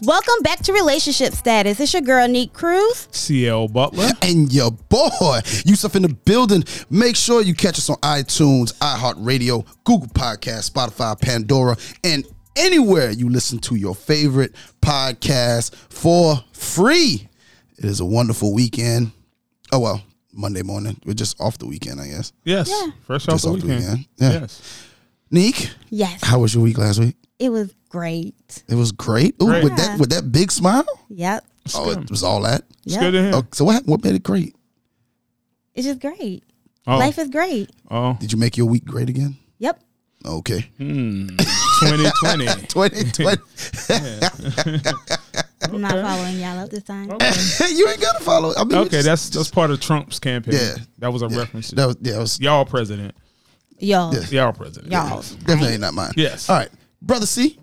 Welcome back to Relationship Status. It's your girl, Neat Cruz. CL Butler. and your boy Yusuf in the building. Make sure you catch us on iTunes, iHeartRadio, Google Podcasts, Spotify, Pandora, and anywhere you listen to your favorite podcast for free. It is a wonderful weekend. Oh well, Monday morning. We're just off the weekend, I guess. Yes. Yeah. Fresh off Just the off the weekend. weekend. Yeah. Yes. Neek, Yes, how was your week last week? it was great. It was great. Ooh, Great. with that with that big smile. Yep. Oh, it was all that. It's yep. good to hear. Okay, so what what made it great? It's just great. Oh, Life is great. oh. Did you make your week great again? Yep. Okay. 2020. 2020. I'm not following y'all up this time. you ain't gotta follow. I mean, okay, just- that's that's part of Trump's campaign. Yeah. That was a reference. To that was, yeah, that was y'all president. Y'all. Y'all president. Y'all. definitely not mine. Yes. All right, brother C,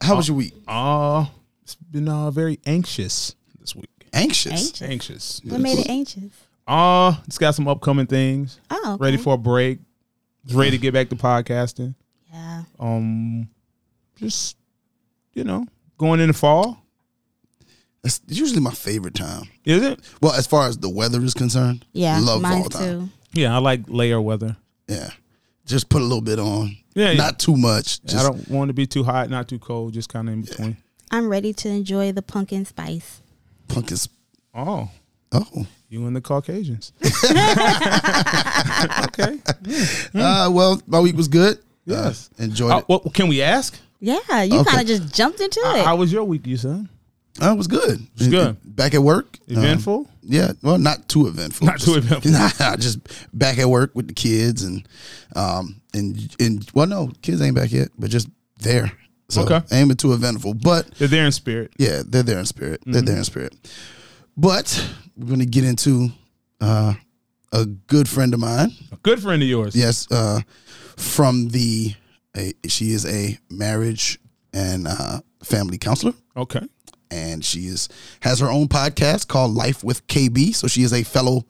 how was your week? Uh, it's been uh, very anxious this week. Anxious. Anxious. Anxious. What made it anxious? Uh, it's got some upcoming things. Oh, okay. Ready for a break. Ready to get back to podcasting. Yeah. Um, just you know, going into fall. That's usually my favorite time. Is it? Well, as far as the weather is concerned, Yeah. love mine fall time. too. Yeah, I like layer weather. Yeah, just put a little bit on. Yeah, yeah. not too much. Just, I don't want to be too hot, not too cold, just kind of in between. I'm ready to enjoy the pumpkin spice. Punk is. Oh, Oh, you and the Caucasians. okay. uh, well, my week was good. Hmm. Yes. uh, enjoyed Uh, it. well, can we ask? Yeah, you Okay. kind of just jumped into Uh, it. How was your week, you son? Uh, it was good. It was good. back at work. Um, Eventful? Yeah, well, not too eventful. Not too Just- eventful. Nah, just back at work with the kids and um and and well, no, kids ain't back yet, but just there. So Okay. ain't been too eventful, but They're there in spirit. yeah, they're there in spirit. Mm-hmm. They're there in spirit. But we're gonna get into uh, a good friend of mine. A good friend of yours. Yes, uh, from the a, she is a marriage and uh, family counselor Okay. and she is has her own podcast called Life with KB. So she is a fellow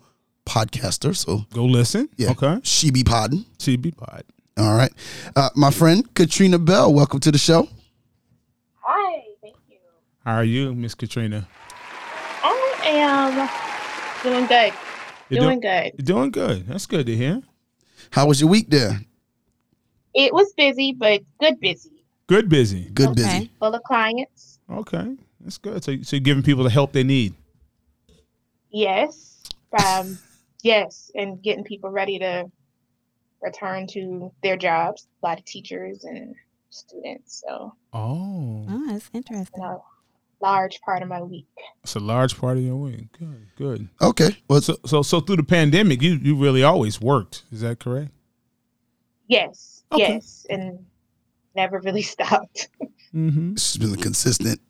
podcaster. So Go listen. yeah, Okay. she be podding. TB Pod. All right, uh, my friend Katrina Bell, welcome to the show. Hi, thank you. How are you, Miss Katrina? I am doing good. You're doing do- good. You're doing good. That's good to hear. How was your week there? It was busy, but good busy. Good busy. Good, Okay. busy. Full of clients. Okay. That's good. So, so you're giving people the help they need. Yes. Um, yes, and getting people ready to return to their jobs. A lot of teachers and students. So, Oh. oh, that's you interesting. know, large part of my week. It's a large part of your week. Good. Good. Okay, well, so, So so so through the pandemic, you you really always worked. Is that correct? Yes. Okay. Yes. And never really stopped. Mm-hmm. she's been consistent.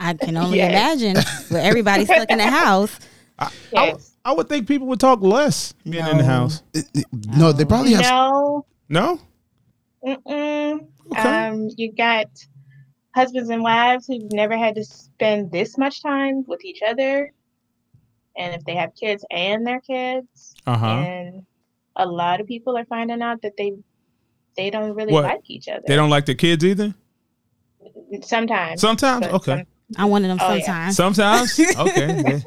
I can only Yeah. imagine with everybody stuck in the house. Yes. I would think people would talk less being in the No. house. It- it- no, they probably have. No. No? Mm-mm. Okay. Um, you got husbands and wives who've never had to spend this much time with each other, and if they have kids and their kids, Uh-huh. and a lot of people are finding out that they they don't really What? like each other. They don't like their kids either? Sometimes. Sometimes? but Okay. I'm one of them Oh, yeah. sometimes. Sometimes? Okay.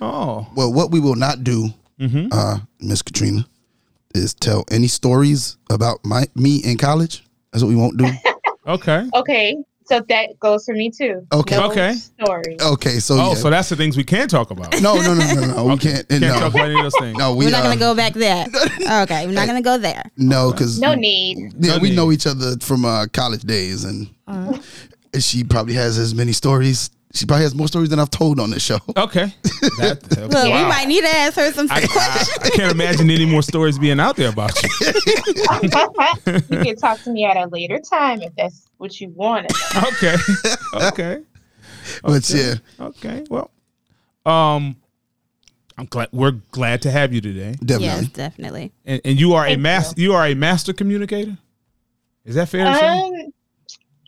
oh. Well, what we will not do, Mm-hmm. uh, Miss Katrina, is tell any stories about my me in college. That's what we won't do. Okay. some- okay. So that goes for me too. Okay. No Okay. Story. Okay, so Oh, yeah. so that's the things we can talk about. no, no, no, no, no, we can't. Can't no, talk about any of those things. no, we, We're not uh, gonna go back there. okay, we're not gonna go there. No, because No need. Yeah, No we need. know each other from uh, college days, and Uh-huh. she probably has as many stories. She probably has more stories than I've told on this show. Okay. That, that- Look, we wow. might need to ask her some I, questions. I- I can't imagine any more stories being out there about you. you can talk to me at a later time if that's what you want. Okay. Okay. But yeah, Okay. Well, um, I'm glad we're glad to have you today. definitely. Yes, definitely. And, and you are a Thank mas- you. are a master communicator. Is that fair to say? Um,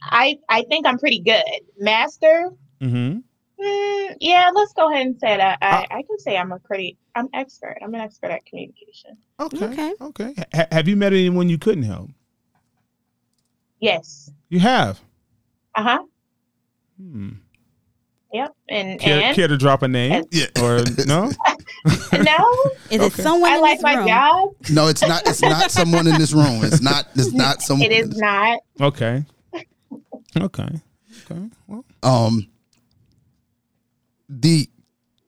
I I think I'm pretty good, master. Mm-hmm. Mm, yeah, let's go ahead and say that. I, Uh, I can say I'm a pretty I'm expert. I'm an expert at communication. Okay. Okay. Okay. Ha- have you met anyone you couldn't help? Yes. You have. Hmm. Uh huh. Yep. And Care, and care to drop a name? Yeah. Or no? no, Is it Okay. someone I in like this my room? job. No, it's not. It's not someone in this room. It's not. It's not someone. It is not. Okay. Okay. Okay. Well, um the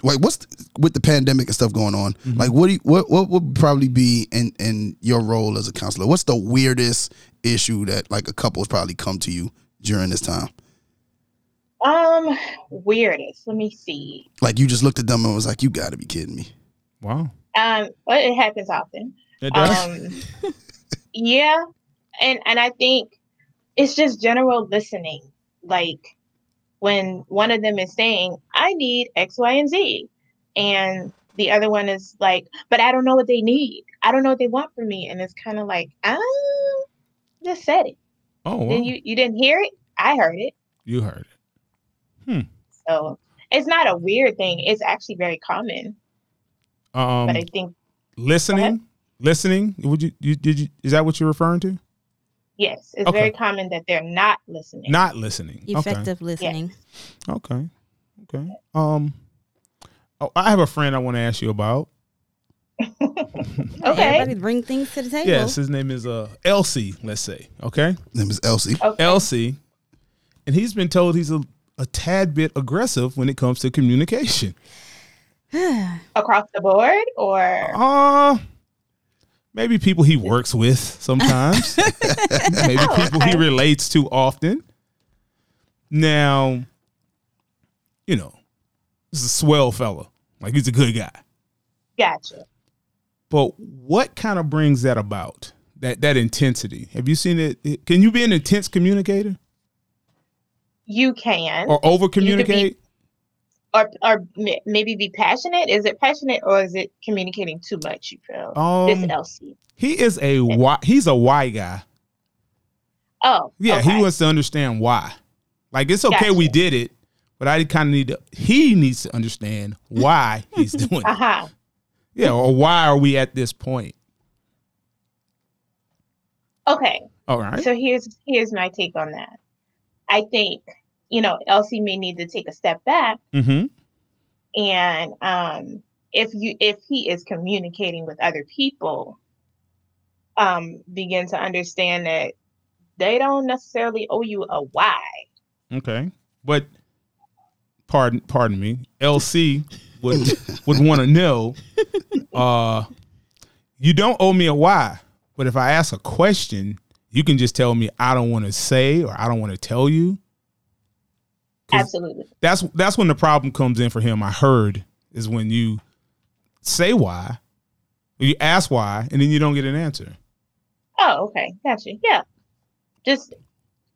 like what's the, with the pandemic and stuff going on like what do you, what what would probably be in in your role as a counselor what's the weirdest issue that like a couple's probably come to you during this time Um, weirdest. Let me see. like you just looked at them and was like you gotta be kidding me wow. Um, but it happens often. It does. um yeah and and i think it's just general listening like when one of them is saying i need x y and z and the other one is like but i don't know what they need i don't know what they want from me and it's kind of like um just said it oh, wow. then you, you you didn't hear it i heard it heard it. so it's not a weird thing it's actually very common Um, but i think listening, ahead. listening. Would you, you did you? Is that what you're referring to? yes it's okay. very common that they're not listening Not listening. Okay. Effective listening. Okay. Okay. Um. Oh, I have a friend I want to ask you about. Okay. Everybody bring things to the table. Yes, his name is uh Elsie. Let's say. Okay. name is elsie okay Elsie, and he's been told he's a, a tad bit aggressive when it comes to communication. across the board or Uh maybe people he works with sometimes. maybe people he relates to often. Now, you know, this is a swell fella. Like he's a good guy. Gotcha. But what kind of brings that about? That that intensity. Have you seen it? Can you be an intense communicator You can, or, or over communicate? or, m- maybe be passionate. Is it passionate or is it communicating too much? You feel this Um, Elsie? he is a why. He's a why guy. Oh, Yeah, okay. he wants to understand why. Like it's okay, Gotcha. we did it, but I kind of need to. He needs to understand why he's doing. Uh it. huh. Yeah, or why are we at this point? Okay. All right. So here's here's my take on that. I think you know Elsie may need to take a step back, Mm-hmm. and um, if you if he is communicating with other people, um, begin to understand that they don't necessarily owe you a why. Okay. But pardon, pardon me. LC would would want to know. Uh, you don't owe me a why, but if I ask a question, you can just tell me I don't want to say or I don't want to tell you. 'Cause- Absolutely. that's that's when the problem comes in for him. I heard is when you say why, or you ask why, and then you don't get an answer. Oh, okay. Gotcha. Yeah. Just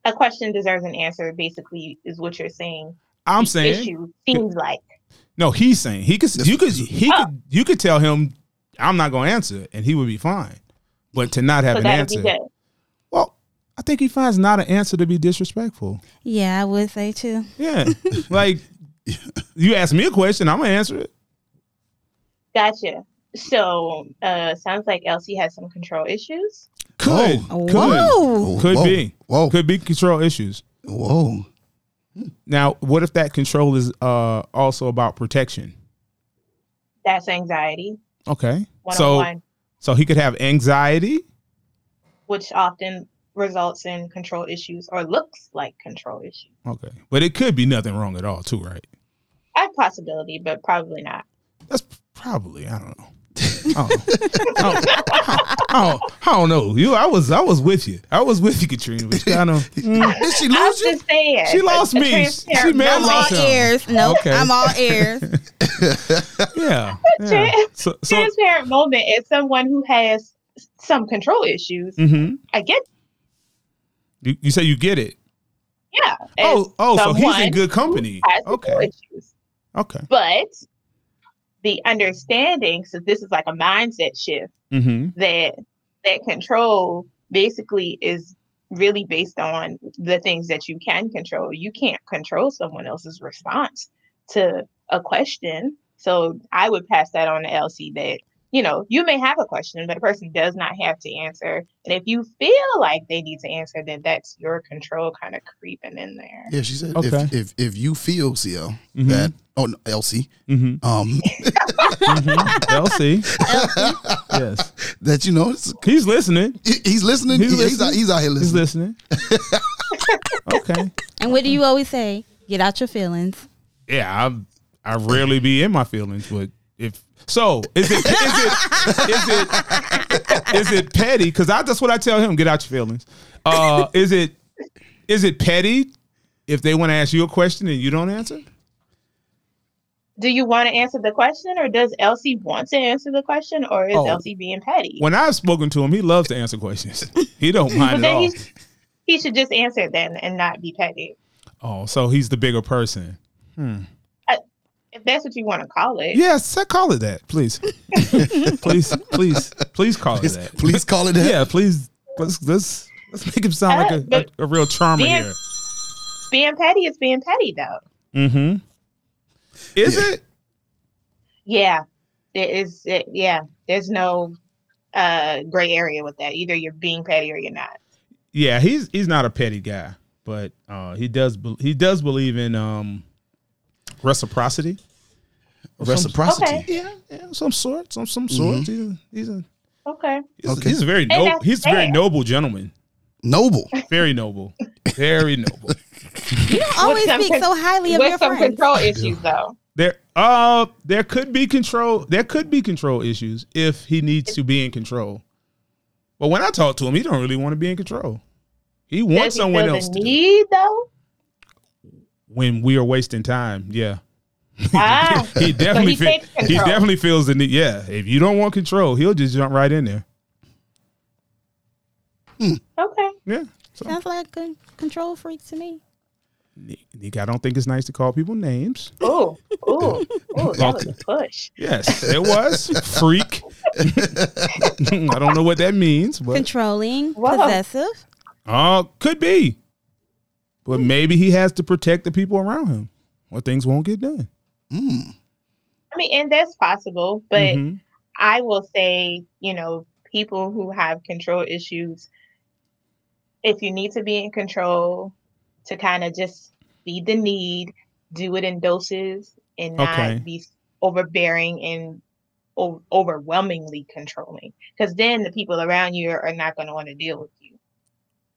a question deserves an answer, basically, is what you're saying. I'm The saying issue seems like. no. He's saying he could. You could. He Oh. could. You could tell him I'm not going to answer, and he would be fine. But to not have So an that would be answer, good. well, I think he finds not an answer to be disrespectful. Yeah, I would say too. Yeah, like you ask me a question, I'm gonna answer it. Gotcha. So uh sounds like Elsie has some control issues. Could Oh. could Whoa. Could whoa, be. whoa could be control issues. whoa Now, what if that control is uh, also about protection? That's anxiety. Okay, One on so one, so he could have anxiety. which often results in control issues or looks like control issues. Okay, but it could be nothing wrong at all, too, right? A possibility, but probably not. That's probably I don't know. I don't know. I, don't, I don't- I don't know. You, I was I was with you. I was with you, Katrina. But you mm, kind of did she I'm lose you just saying. She lost a me. She- transparent she I'm mad Hello, all Tom. ears. No, Okay. I'm all ears. yeah. yeah. Trans- So so. transparent moment is someone who has some control issues. hmm I get You, you say you get it. Yeah. Oh oh. So he's in someone good company. as control Okay issues. okay. But the understanding, so this is like a mindset shift Mm-hmm. that that control basically is really based on the things that you can control. You can't control someone else's response to a question. So I would pass that on to Elsie that you know, you may have a question, but a person does not have to answer. And if you feel like they need to answer, then that's your control kind of creeping in there. Yeah, she said Okay. if, if if you feel CL Mhm. that oh no, LC Mm-hmm. um Mm-hmm. Elsie. yes. that you know it's, He's listening. he- he's listening He's Yeah, he's, listening. out, he's out here He's listening listening. okay. And what do you always say? Get out your feelings. Yeah, I I rarely be in my feelings, but if so, is it is it is it is it petty? Because I that's what I tell him. Get out your feelings. Uh, is it is it petty if they want to ask you a question and you don't answer? Do you want to answer the question, or does Elsie want to answer the question, or is Oh. Elsie being petty? When I've spoken to him, he loves to answer questions. He don't but mind at then all. he's, he should just answer it then and not be petty. Oh, so he's the bigger person. If that's what you want to call it. Yes, I call it that, please. please, please, please call it that. please call it that Yeah, please. Let's let's let's make him sound Uh, like but- a, a, a real charmer Being- here. Being petty is being petty, though. Mm-hmm. Is Yeah. it? Yeah. There is, it, yeah. There's no uh, gray area with that. Either you're being petty or you're not. Yeah, he's he's not a petty guy, but uh, he does be, he does believe in um, reciprocity. Or some- reciprocity Okay. yeah, yeah, some sort, some some sort. He's a, he's a Okay. he's, Mm-hmm. Okay. he's a very And noble that's he's a very fair. noble gentleman. noble Very noble. Very noble. You don't always some speak con- so highly of With your some friends. control issues, though. There uh there could be control there could be control issues if he needs to be in control. But when I talk to him, he don't really want to be in control. He wants Does he someone feel else the to do it. need, though? when we are wasting time. Yeah. Ah. He definitely he feel- takes he control. definitely feels the need. Yeah. If you don't want control, he'll just jump right in there. Okay. Yeah. So Sounds like a control freak to me. Nick, I don't think it's nice to call people names. Ooh, ooh, ooh, that was a push. Yes, it was. Freak. I don't know what that means, but Controlling, Whoa. possessive. Uh, could be. But maybe he has to protect the people around him or things won't get done. Mm. I mean, and that's possible, but Mhm. I will say, you know, people who have control issues, if you need to be in control to kind of just feed the need, do it in doses and not Okay. be overbearing and o- overwhelmingly controlling. Because then the people around you are not going to want to deal with you.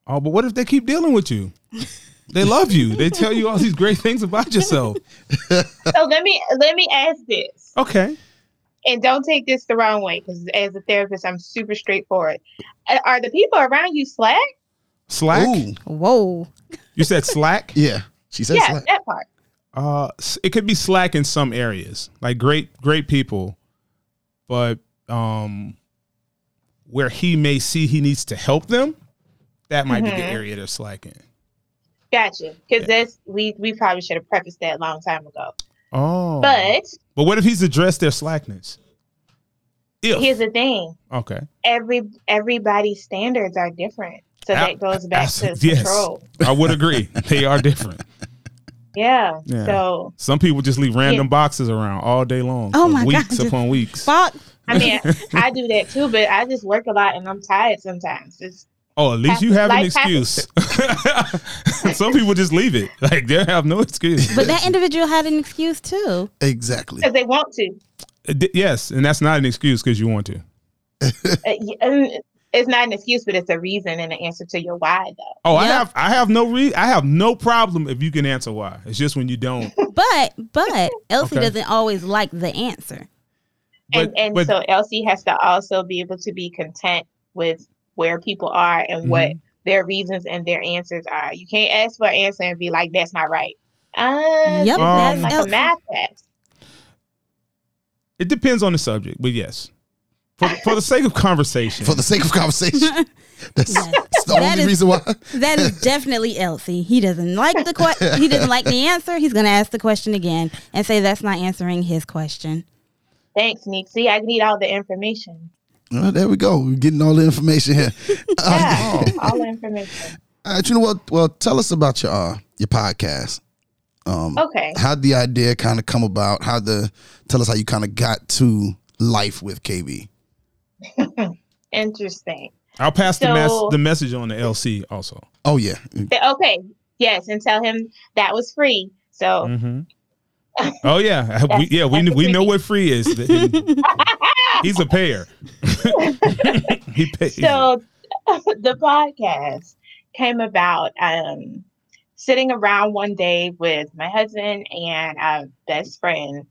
Oh, but what if they keep dealing with you? They love you. They tell you all these great things about yourself. so let me let me ask this. Okay. and don't take this the wrong way because as a therapist i'm super straightforward Uh, are the people around you slack Slack. Ooh. Whoa. You said slack. yeah she said yeah slack. that part Uh, s- it could be slack in some areas, like great, great people, but um, where he may see he needs to help them, that might be the Mhm. Mm-hmm. area they're slacking. gotcha because that's we we probably should have prefaced that a long time ago Oh, but but what if he's addressed their slackness? If here's the thing okay, every everybody's standards are different so A- that goes back to Abs- yes. control I would agree. they are different. yeah. Yeah. so Some people just leave random boxes around all day long. Oh for my God. weeks upon weeks. Fuck. i mean i do that too but i just work a lot and i'm tired sometimes it's Oh, at least you have an Life happens. excuse. Some people just leave it. Like they have no excuse. But that individual had an excuse too. exactly because they want to Uh, d- yes, and that's not an excuse because you want to. Uh, y- um, it's not an excuse but it's a reason and an answer to your why though Oh, I Yeah. have I have no re- I have no problem if you can answer why. It's just when you don't. But but Elsie Okay. doesn't always like the answer. But, and and but so Elsie has to also be able to be content with where people are and Mm-hmm. what their reasons and their answers are. You can't ask for an answer and be like, "That's not right." Uh, Yep, this is that's like Elsie. a math test. it depends on the subject. But yes, for, for the sake of conversation, for the sake of conversation that's, Yes. that's the That only is- reason why That is definitely Elsie. He doesn't like the que- he doesn't like the answer. He's gonna ask the question again and say that's not answering his question. Thanks, Nick. See, I need all the information. Well, there we go we're getting all the information here Oh. Yeah, all the information. all right you know what well tell us about your uh your podcast um Okay. how the idea kind of come about how the tell us how you kind of got to life with KB. Interesting. I'll pass the mess So- the message on to LC also. Oh yeah, Th- Okay. Yes, and tell him that was free. So hmm Oh yeah, we, yeah we that's kn- we know creepy. what free is. Mm-hmm. Mm-hmm. He's a payer. he pays. so the podcast came about um sitting around one day with my husband and our best friend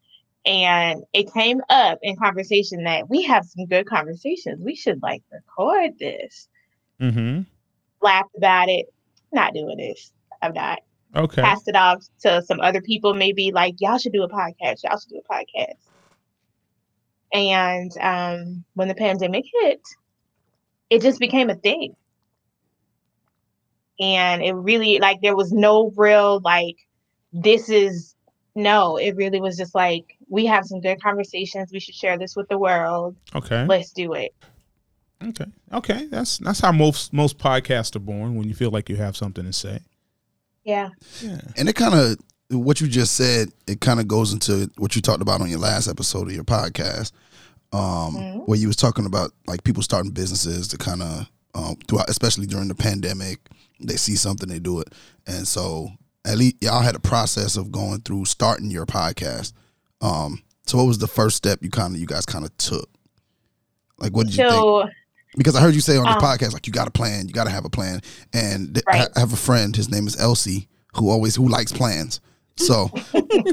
and it came up in conversation that we have some good conversations we should like record this hmm laughed about it not doing this i'm not Okay. passed it off to some other people, maybe like, y'all should do a podcast. Y'all should do a podcast. And um, when the pandemic hit, it just became a thing. And it really, like, there was no real, like, this is, no, it really was just like, we have some good conversations. We should share this with the world. Okay. Let's do it. Okay. Okay. That's that's how most most podcasts are born when you feel like you have something to say. Yeah. Yeah. and it kind of what you just said. It kind of goes into what you talked about on your last episode of your podcast, um, Mhm. where you was talking about like people starting businesses to kind of um, throughout, especially during the pandemic, they see something they do it, and so at least y'all had a process of going through starting your podcast. Um, so what was the first step you kind of you guys kind of took? Like what did you think? So, because I heard you say on the Um, podcast like you got a plan, you got to have a plan. And th- Right. I have a friend, his name is Elsie, who always who likes plans. So,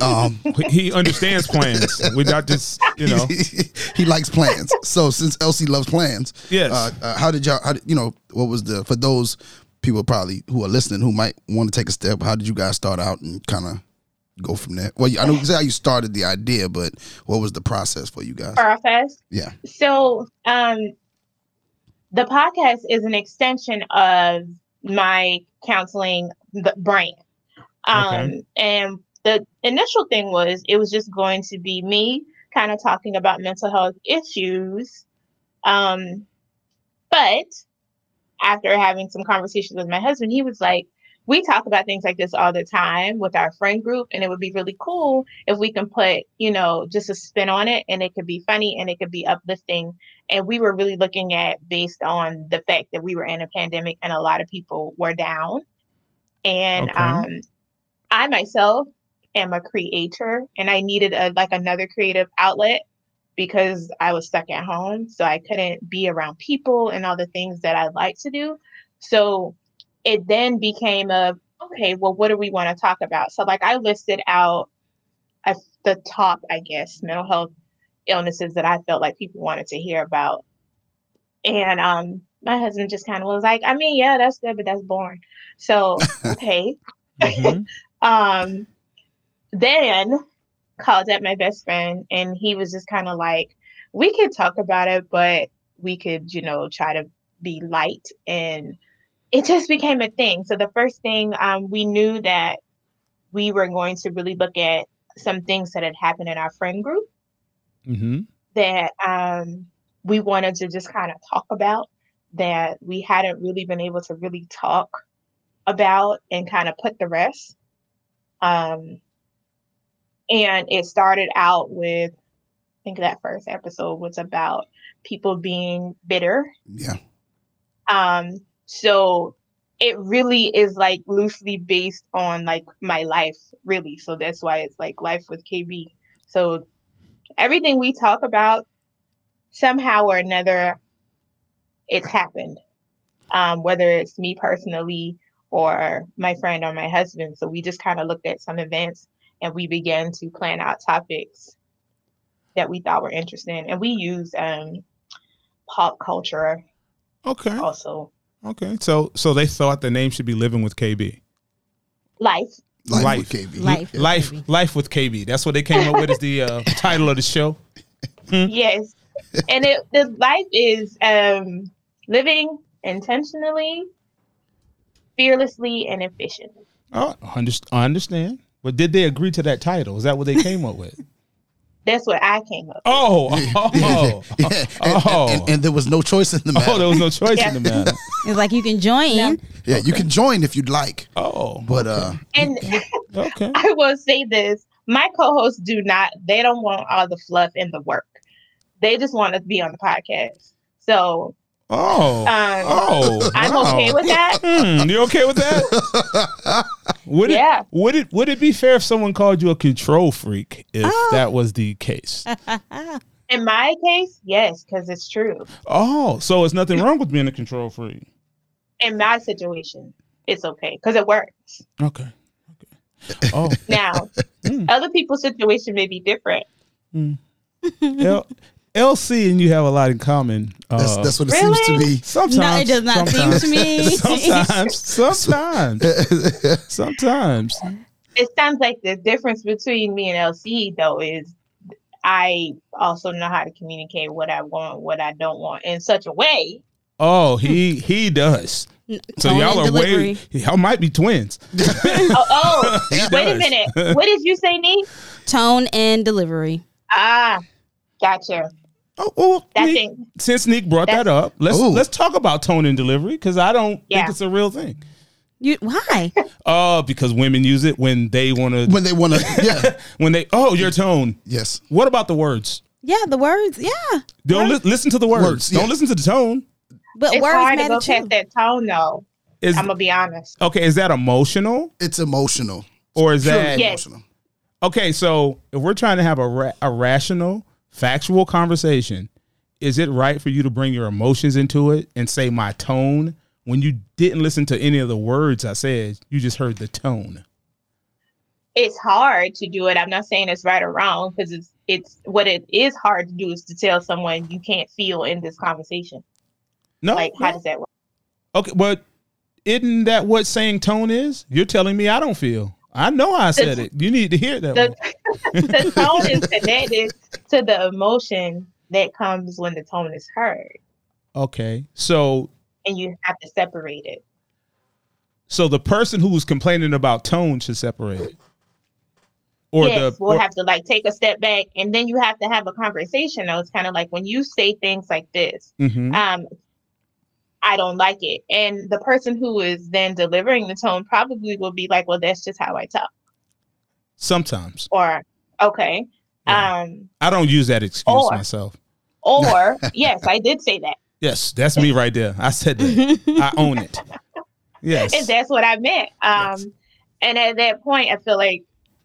um, He understands plans. We're not just you know. he likes plans. So since Elsie loves plans, Yes. uh, uh, how did y'all? How did, you know what was the for those people probably who are listening who might want to take a step? How did you guys start out and kind of go from there? Well, you- I know exactly how you started the idea, but what was the process for you guys? Fest. Yeah. So, um, the podcast is an extension of my counseling b- brand. Um, Okay. and the initial thing was it was just going to be me kind of talking about mental health issues. Um, but after having some conversations with my husband, he was like, we talk about things like this all the time with our friend group, and it would be really cool if we can put, you know, just a spin on it and it could be funny and it could be uplifting. And we were really looking at based on the fact that we were in a pandemic and a lot of people were down. And Okay. um, I myself am a creator and I needed a like another creative outlet because I was stuck at home. So I couldn't be around people and all the things that I like to do. So it then became a okay, well, what do we want to talk about? So like I listed out a, the top, I guess, mental health illnesses that I felt like people wanted to hear about. And um my husband just kind of was like, I mean, yeah, that's good, but that's boring. So okay. Mhm. Um, then called up my best friend, and he was just kind of like, "We could talk about it, but we could, you know, try to be light." And it just became a thing. So the first thing um, we knew that we were going to really look at some things that had happened in our friend group Mhm. that um, we wanted to just kind of talk about that we hadn't really been able to really talk about and kind of put the rest. Um, and it started out with, I think that first episode was about people being bitter Yeah. um so it really is like loosely based on like my life really so that's why it's like life with kb so everything we talk about somehow or another it's happened um whether it's me personally or my friend or my husband so we just kind of looked at some events and we began to plan out topics that we thought were interesting and we use um pop culture Okay. also Okay. So so they thought the name should be Living with KB. life Life, Life. with KB. Life. Yeah. Life KB. Life with KB. That's what they came up with as the uh, title of the show. yes and it the life is um living intentionally fearlessly and efficiently Oh, I underst- I understand. But did they agree to that title? Is that what they came up with? that's what i came up Oh, oh, oh, Yeah. And, Oh. and, and there was no choice in the matter. there was no choice in the matter. It's like you can join. No. Yeah, you can join if you'd like, Oh, but uh, and okay. i will say this my co-hosts do not they don't want all the fluff and the work They just want to be on the podcast. So Oh. um, oh. I'm wow. okay with that. Hmm, you okay with that? Would Yeah. it would it would it be fair if someone called you a control freak if Oh. that was the case? In my case, yes, because it's true. Oh, so it's nothing wrong with being a control freak. In my situation, it's okay because it works. Okay. Okay. Oh, Now, Mm. other people's situation may be different. L- LC and you have a lot in common. Uh, That's, that's what it seems to Really? be. sometimes. No, it does not sometimes, seem to me. Sometimes, sometimes, sometimes. It sounds like the difference between me and LC though is I also know how to communicate what I want, what I don't want in such a way. Oh, he he does. So Tone y'all and are way. Y'all might be twins. Oh, oh He wait a does. minute. What did you say, Nee? Tone and delivery. Ah, gotcha. Oh, oh, That's Nick- it. since Nick brought that up, let's Ooh. let's talk about tone and delivery because I don't Yeah. think it's a real thing. You why? Uh, because women use it when they want to. When they want to, yeah, When they oh your tone. yes. What about the words? Yeah, the words. Yeah, Don't li- listen to the words. Words, yeah. Don't listen to the tone. but It's words hard to go matter too. past that tone though. Is I'm gonna be honest. okay? Is that emotional It's emotional. or is Purely that Yes. emotional. okay? So if we're trying to have a, ra- a rational, factual conversation, is it right for you to bring your emotions into it and say my tone when you didn't listen to any of the words I said? You just heard the tone. It's hard to do it. I'm not saying it's right or wrong because it's it's what it is hard to do is to tell someone you can't feel in this conversation. No, Like, how does that work? Okay, but isn't that what saying tone is? You're telling me I don't feel. I know I said it. You need to hear that. The, one. the tone is connected to the emotion that comes when the tone is heard, Okay, so and you have to separate it. so the person who was complaining about tone should separate it, or yes, the we'll or- have to like take a step back, and then you have to have a conversation. Though it's kind of like when you say things like this, Mhm. um, I don't like it, and the person who is then delivering the tone probably will be like, "Well, that's just how I talk," sometimes or "Okay." Yeah. Um, I don't use that excuse Or- myself. or yes, I did say that, Yes, that's me right there. I said that. I own it. Yes. and that's what I meant. Um, Yes. and at that point, I feel like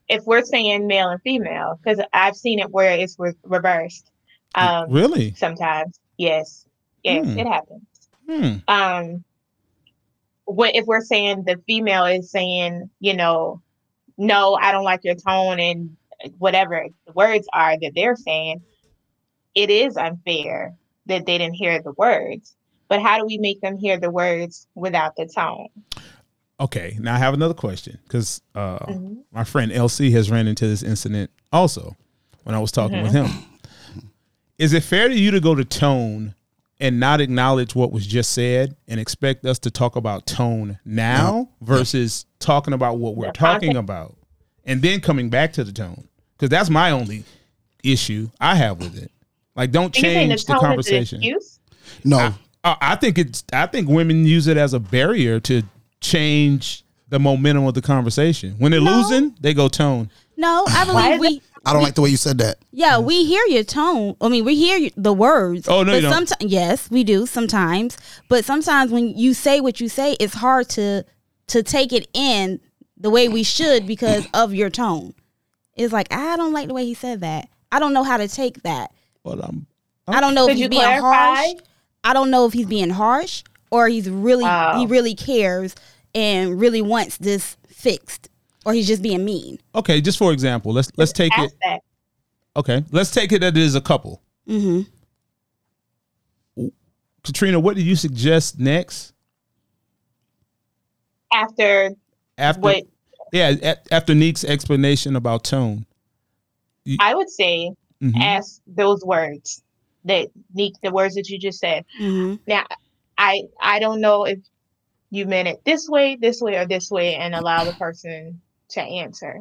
if we're saying male and female, because I've seen it where it's re- reversed um, really? sometimes. Yes, yes, Hmm. it happens. Hmm. um what if we're saying the female is saying you know no i don't like your tone and whatever the words are that they're saying it is unfair that they didn't hear the words but how do we make them hear the words without the tone Okay. Now I have another question because uh, my friend LC has ran into this incident also when I was talking with Mm-hmm. him. Is it fair to you to go to tone and not acknowledge what was just said and expect us to talk about tone now versus talking about what we're Yeah, talking context. about and then coming back to the tone? Because that's my only issue I have with it. Like, don't Are you saying change the, conversation. is an excuse No, I, I think it's. I think women use it as a barrier to change the momentum of the conversation. When they're No. losing, they go tone. no, I believe is we. I don't like the way you said that. Yeah, we hear your tone. I mean, we hear you- the words. Oh, no, but you don't. someti- yes, we do sometimes. But sometimes when you say what you say, it's hard to to take it in the way we should because of your tone. It's like I don't like the way he said that. I don't know how to take that. But um, I'm I don't know Could if you he's being clarify? harsh. I don't know if he's being harsh or he's really Oh. he really cares and really wants this fixed, or he's just being mean. okay. Just for example, let's let's take it. ask that Okay, let's take it that it is a couple. Mm-hmm. Katrina, what do you suggest next after after? what Yeah, a- after Neek's explanation about tone. i would say Mhm. ask those words that Neek, the words that you just said Mm-hmm. Now, I I don't know if you meant it this way, this way, or this way, and allow the person to answer.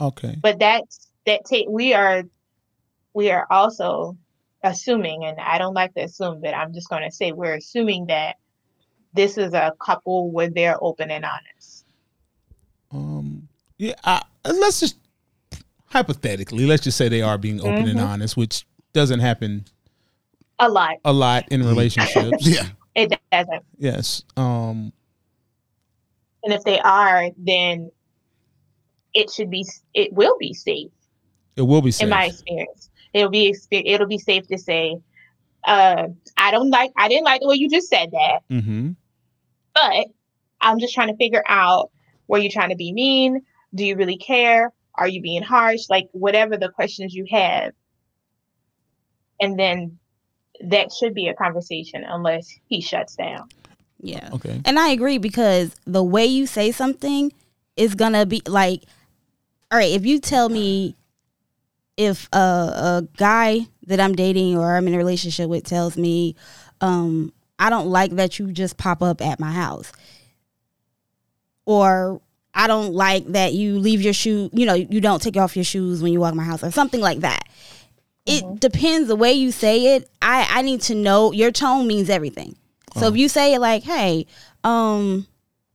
Okay. But that's that take we are we are also assuming, and I don't like to assume, but I'm just gonna say we're assuming that this is a couple where they're open and honest. Um. Mm-hmm. Yeah. I, let's just hypothetically, let's just say they are being open and honest, which doesn't happen a lot. a lot in relationships. Yeah. It doesn't. yes. Um, And if they are, then it should be it will be safe, it will be safe. in my experience. It'll be expe- it'll be safe to say, uh, I don't like I didn't like the way you just said that, mm-hmm. but I'm just trying to figure out were you trying to be mean? Do you really care? Are you being harsh? Like whatever the questions you have. And then that should be a conversation unless he shuts down. Yeah. Okay. And I agree because the way you say something is gonna be like, all right, if you tell me if a, a guy that I'm dating or I'm in a relationship with tells me, um, I don't like that you just pop up at my house, or I don't like that you leave your shoe, you know, you don't take off your shoes when you walk in my house, or something like that. It depends the way you say it. I, I need to know your tone means everything. So if you say it like, "Hey, um,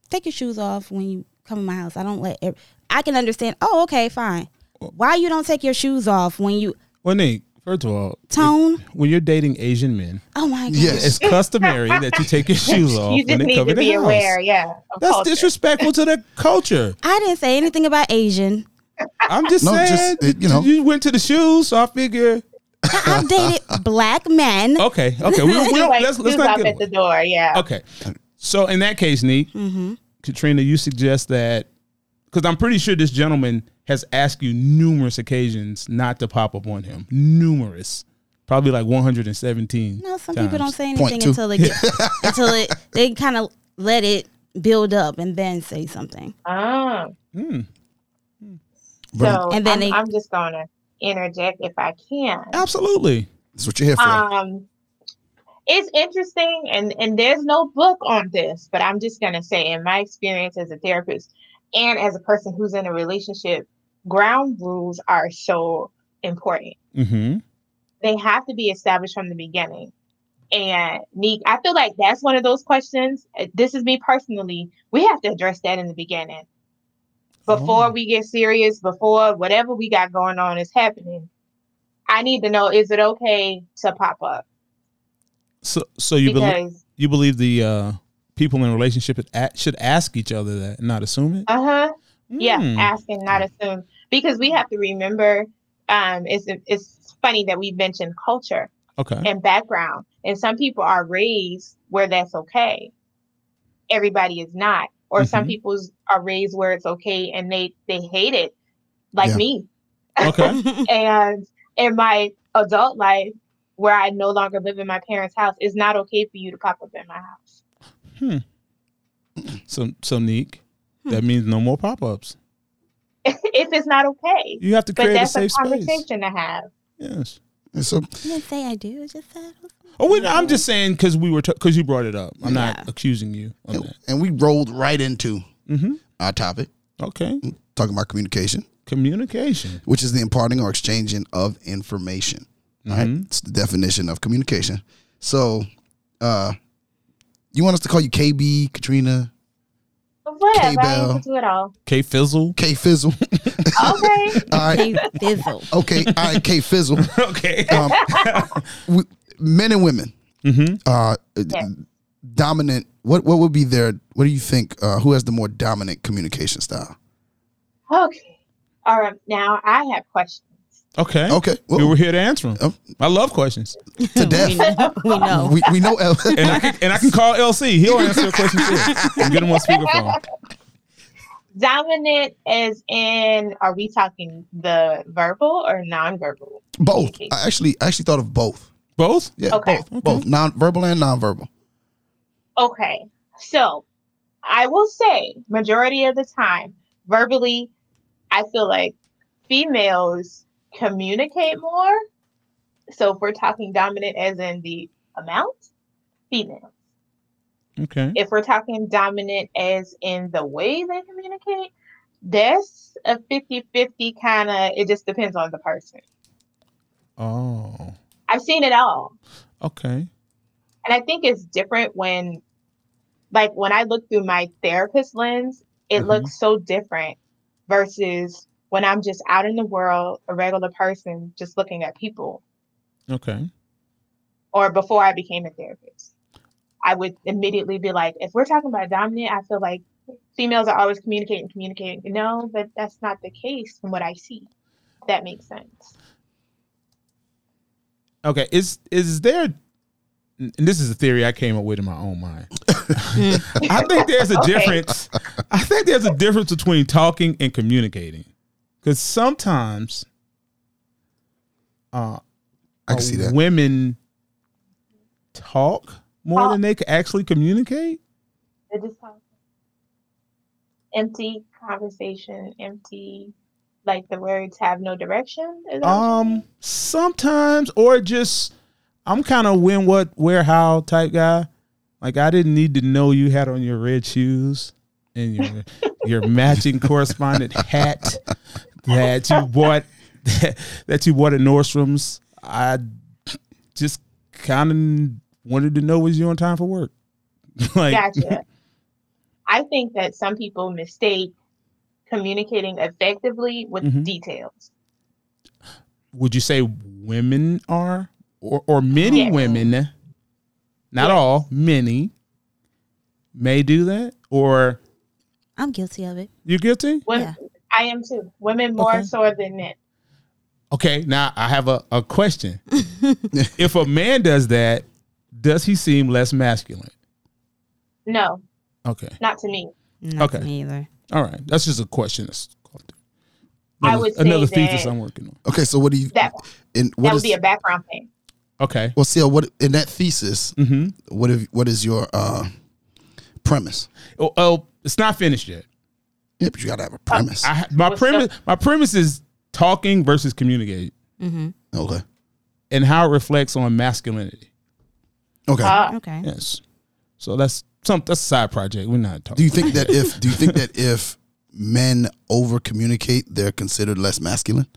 take your shoes off when you come in my house," I don't let. It, I can understand. Oh, okay, fine. Why you don't take your shoes off when you Well, Nick, first of all, tone? when you're dating Asian men, Oh my god. Yes. it's customary that you take your shoes off you just when they need come to in the be house. aware, yeah. of That's culture. disrespectful to the culture. I didn't say anything about Asian. I'm just No, just, saying. it- you know. you went to the shoes, so I figure. I- I've dated black men. Okay, okay. We, don't- we don't. like, let's let's who's not up get at the door. Yeah. Okay. So in that case, Neek, Mm-hmm. Katrina, you suggest that because I'm pretty sure this gentleman has asked you numerous occasions not to pop up on him. Numerous, probably like 117. No, some times. people don't say Point anything two. until they get until it they kind of let it build up and then say something. Ah. Hmm. So And then I'm, they- I'm just gonna interject if I can. Absolutely. That's what you're here for. Um, it's interesting, and and there's no book on this, but I'm just gonna say, in my experience as a therapist and as a person who's in a relationship, ground rules are so important. Mm-hmm. They have to be established from the beginning. And Neek, I feel like that's one of those questions. uh, This is me personally. We have to address that in the beginning. Before Oh. we get serious, before whatever we got going on is happening, I need to know is it okay to pop up? So, so you believe because you believe the uh, people in relationship should a- should ask each other that, and not assume it. uh huh, yeah, Hmm. ask and not assume because we have to remember. Um, it's it's funny that we mentioned culture Okay. and background, and some people are raised where that's okay. Everybody is not, or some Mhm. people's are raised where it's okay, and they they hate it, like Yeah. me. Okay. and in my adult life, where I no longer live in my parents' house, it's not okay for you to pop up in my house. so, so Neek, Hmm. that means no more pop ups. if it's not okay, You have to but create a that's a, safe space. conversation to have. Yes. And so I didn't say I do. I just said Oh, wait, I'm just saying because we were because you brought it up. I'm Yeah. not accusing you of that. and we rolled right into Mm-hmm. our topic, Okay, talking about communication, communication. which is the imparting or exchanging of information. All right, Mm-hmm. it's the definition of communication. So, uh, you want us to call you KB, Katrina, Whatever, I Bell. ain't to do it all. K Fizzle. K Fizzle? Okay. All right, they fizzle. okay, all right, K Fizzle. Okay. Um, we, men and women, mm-hmm. uh, Yeah. dominant. What what would be their? What do you think? Uh, who has the more dominant communication style? okay. All right. Now I have questions. Okay. Okay, We well, were here to answer 'em. Oh. I love questions, to we death. know. We know. We, we know L- and I can, and I can call LC. He'll answer a question too. And get him on speakerphone. Dominant as in are we talking the verbal or nonverbal? both. communication? I actually I actually thought of both. Both. Yeah, Okay. both, both non-verbal and non-verbal. Okay. So I will say majority of the time, verbally, I feel like females communicate more. So if we're talking dominant as in the amount, female. Okay. if we're talking dominant as in the way they communicate, that's a 50 50 kind of, it just depends on the person. Oh. I've seen it all. Okay. And I think it's different when, like, when I look through my therapist lens, it Mhm. looks so different versus when I'm just out in the world, a regular person just looking at people. Okay. or before I became a therapist. I would immediately be like, if we're talking about dominant, I feel like females are always communicating, communicating. No, but that's not the case from what I see. If That makes sense. Okay. Is is there? And this is a theory I came up with in my own mind. I think there's a Okay. difference. I think there's a difference between talking and communicating, because sometimes uh, I Oh, can see that. women talk more Talk. than they can actually communicate. It just sounds- empty conversation, empty, like the words have no direction. Is that what you're Um, sometimes or just I'm kind of when, what, where, how type guy. Like I didn't need to know you had on your red shoes and your your matching correspondent hat that you bought that you bought at Nordstrom's. I just kind of wanted to know was you on time for work. like Gotcha. I think that some people mistake communicating effectively with Mhm. details. would you say women are or or many Yes. women not all many may do that or I'm guilty of it. you guilty Women, I am too. Women more Okay. so than men. okay now i have a, a question if a man does that does he seem less masculine No, okay not to me. Not Okay. me either. all right that's just a question that's I another, would say another that- thesis i'm working on Okay, so what do you? That And that what would is? be a background thing. okay well, see, what in that thesis? mm-hmm What if, What is your uh, premise? oh, oh it's not finished yet Yeah, but you gotta have Uh, a premise. I, my What's the- premise my premise is talking versus communicate Mm-hmm. okay. and how it reflects on masculinity Okay. Uh, Okay. Yes. So that's some that's a side project. We're not talking. do you think that if? Do you think that if men over communicate, they're considered less masculine?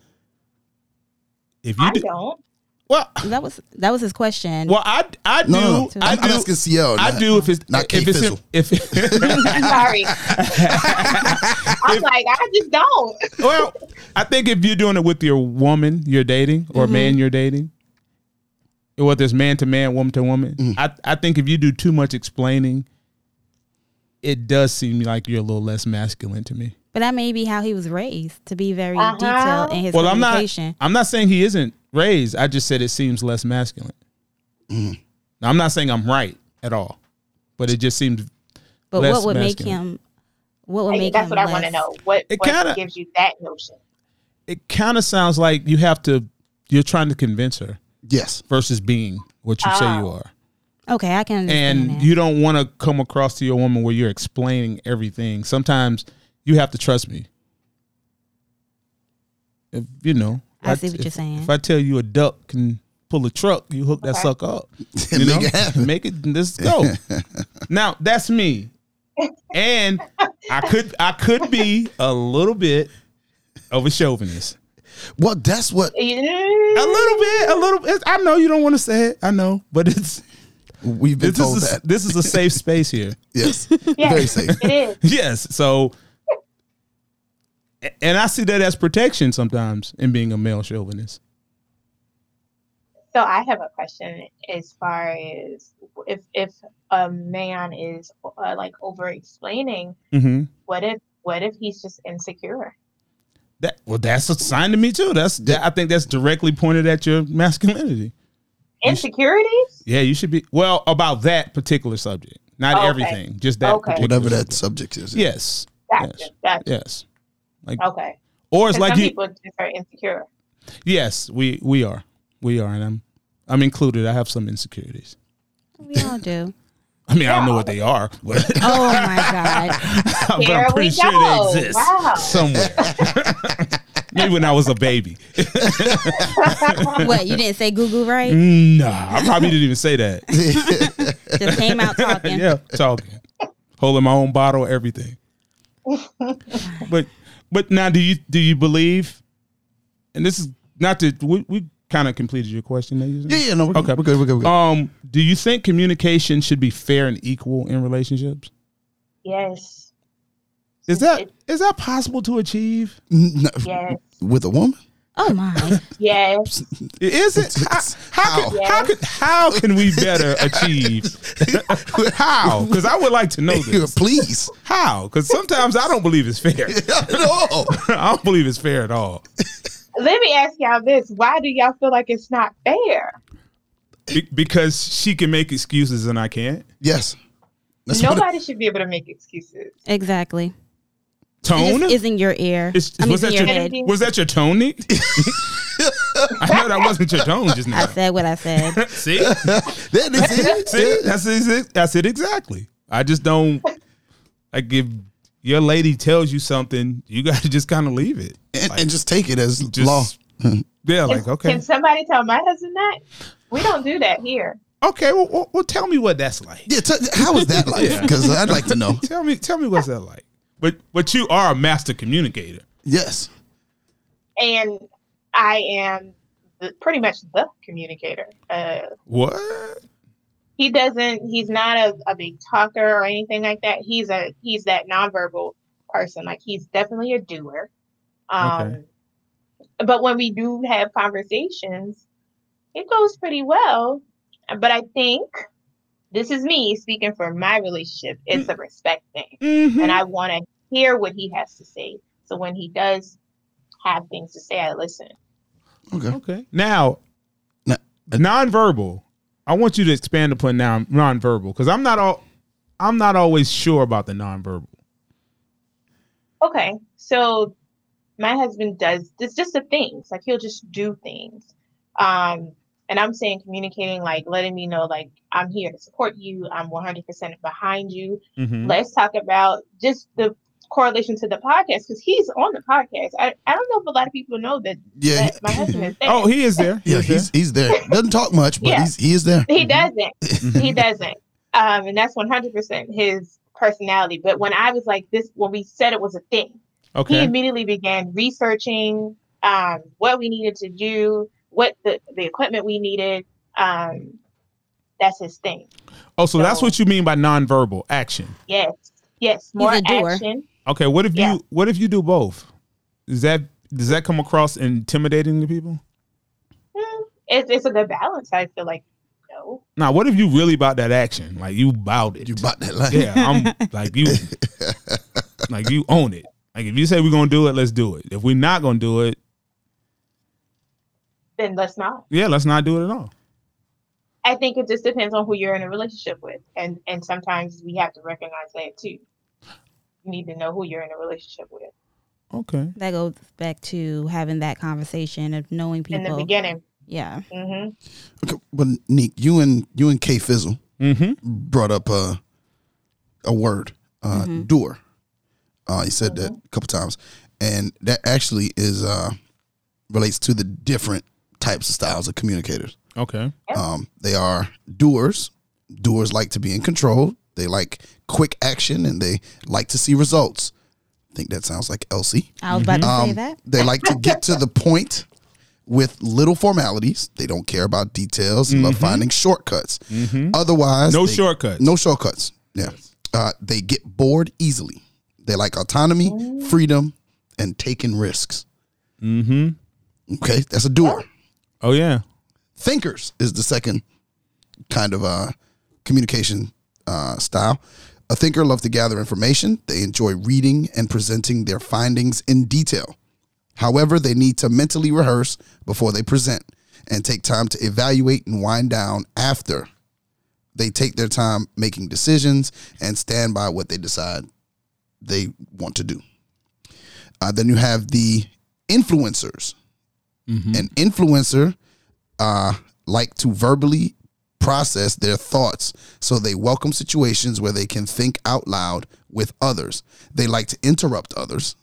if I you do, don't. well, That was that was his question. well, I I do No, no, no. I I'm, I'm do asking CL. I not- do if it's not if Kate it's in, Fizzle. if I'm sorry. I'm like, I just don't. well, I think if you're doing it with your woman you're dating or Mm-hmm. man you're dating, whether it's man to man, woman to woman, I I think if you do too much explaining, it does seem like you're a little less masculine to me. But that may be how he was raised to be very Uh-huh. detailed in his Well, I'm not. communication. I'm not saying he isn't raised. I just said it seems less masculine. Now, I'm not saying I'm right at all, but it just seems but less what would make masculine. him? What would make That's him? what I want to less- know. What, It what kinda- gives you that notion? it kind of sounds like you have to. You're trying to convince her Yes. versus being what you say you are, Okay, Ah, I can understand and that. you don't want to come across to your woman where you're explaining everything. Sometimes you have to trust me. If you know, I see what if- you're saying. If I tell you a duck can pull a truck, you hook that Okay. sucker up. You Make know? it happen. Make it. Let's go. now that's me, and I could I could be a little bit of a chauvinist. Well, that's what. A little bit. A little. It's, I know you don't want to say it. I know, but it's We've been this told is a, that. this is a safe space here. Yes. Yes. Very safe. It is. Yes. So, and I see that as protection sometimes in being a male chauvinist. So I have a question as far as if if a man is uh, like over explaining, Mm-hmm. what if what if he's just insecure? That well, that's a sign to me too. That's that, I think that's directly pointed at your masculinity. Insecurities? Yeah, you should be well about that particular subject, not Oh, Okay. everything, just that Okay. particular Whatever that subject. subject is. Yes, Gotcha. Yes. Gotcha. yes. Okay. Or it's Because like some you. people just are insecure. yes, we we are, we are, and I'm I'm included. I have some insecurities. we all do. I mean, I don't know what they are, but, Oh my god! but Here I'm we pretty sure go. they exist Wow. somewhere. Maybe when I was a baby. What you didn't say? Google right? Nah, I probably didn't even say that. Just came out talking. yeah, talking, holding my own bottle, everything. but but now, do you do you believe? And this is not to we, we kind of completed your question. there, isn't Yeah, it? yeah, no, we're Okay. good. We're good. We're good. We're good. Um, do you think communication should be fair and equal in relationships? Yes. Is that is that possible to achieve? N- no, Yes. With a woman? Oh my. Yeah. Is it? How, how, Could, How? how could how can we better achieve? how? Because I would like to know this. Please. How? Because sometimes I don't believe it's fair. no. I don't believe it's fair at all. Let me ask y'all this. Why do y'all feel like it's not fair? Be- because she can make excuses and I can't. Yes. Let's put it- Nobody should be able to make excuses. Exactly. It Tone. just is in your ear. It's- I mean, was it's in that your your- head. Was that your tone, Nick? I know that wasn't your tone just I now. said what I said. See, There it is. see, that's it. That's it exactly. I just don't like if your lady tells you something, you got to just kind of leave it. and, and just take it as Just law. yeah, Can- like okay, Can somebody tell my husband that? We don't do that here. okay. Well, well, well, tell me what that's like. Yeah, t- how is that like? Yeah. Because I'd like to know. Tell me, tell me what's that like. But but you are a master communicator. Yes. And I am the, pretty much the communicator. Uh, What? he doesn't he's not a, a big talker or anything like that he's a he's that nonverbal person like he's definitely a doer um Okay. but when we do have conversations it goes pretty well but i think this is me speaking for my relationship it's a respect thing Mhm. and i want to hear what he has to say so when he does have things to say i listen Okay. Okay. Now, No. nonverbal. I want you to expand upon now nonverbal because I'm not all. I'm not always sure about the nonverbal. Okay, so my husband does it's just the things like he'll just do things, um, and I'm saying communicating like letting me know like I'm here to support you, I'm 100% behind you. Mhm. Let's talk about just the correlation to the podcast because he's on the podcast. I, I don't know if a lot of people know that, Yeah. that my husband is there. Oh, he is there. He Yeah, is there. he's he's there. Doesn't talk much, but Yeah. he's he is there. he Mm-hmm. doesn't he doesn't um, and that's 100% his personality. But when I was like this, when we said it was a thing. he okay. immediately began researching um, what we needed to do, what the, the equipment we needed. Um, that's his thing. Oh, so that's so- what you mean by nonverbal action. Yes, yes, more a doer. action. Okay. What if Yeah. you What if you do both? Is that does that come across intimidating to people? Hmm, It's, it's a good balance. I feel like no. Now, what if you really about that action? Like you bowed it. You bought that line. yeah, I'm like you, like you own it. Like if you say we're gonna do it, let's do it. If we're not gonna do it, Then let's not. yeah, let's not do it at all. I think it just depends on who you're in a relationship with, and and sometimes we have to recognize that too. You need to know who you're in a relationship with Okay. That goes back to having that conversation of knowing in the people. beginning. Yeah. hmm Okay, but Neek, you and you and K Fizzle Mm-hmm. brought up a a word, uh, doer. Uh, you said that a couple times, and that actually is uh, relates to the different types of styles of communicators. Okay. Um, they are doers. Doers like to be in control. They like quick action, and they like to see results. I think that sounds like Elsie. I was about to Mm-hmm. say Um, that. They like to get to the point with little formalities. They don't care about details and love finding shortcuts. Otherwise, Mm-hmm. No they- shortcuts. No shortcuts. Yeah, uh, they get bored easily. They like autonomy, freedom, and taking risks. Mm-hmm. Okay, that's a doer. Oh yeah. Thinkers is the second kind of uh, communication uh, style. A thinker loves to gather information. They enjoy reading and presenting their findings in detail. However, they need to mentally rehearse before they present and take time to evaluate and wind down after. They take their time making decisions and stand by what they decide they want to do. Uh, then you have the influencers. An influencer uh, like to verbally process their thoughts, so they welcome situations where they can think out loud with others. They like to interrupt others,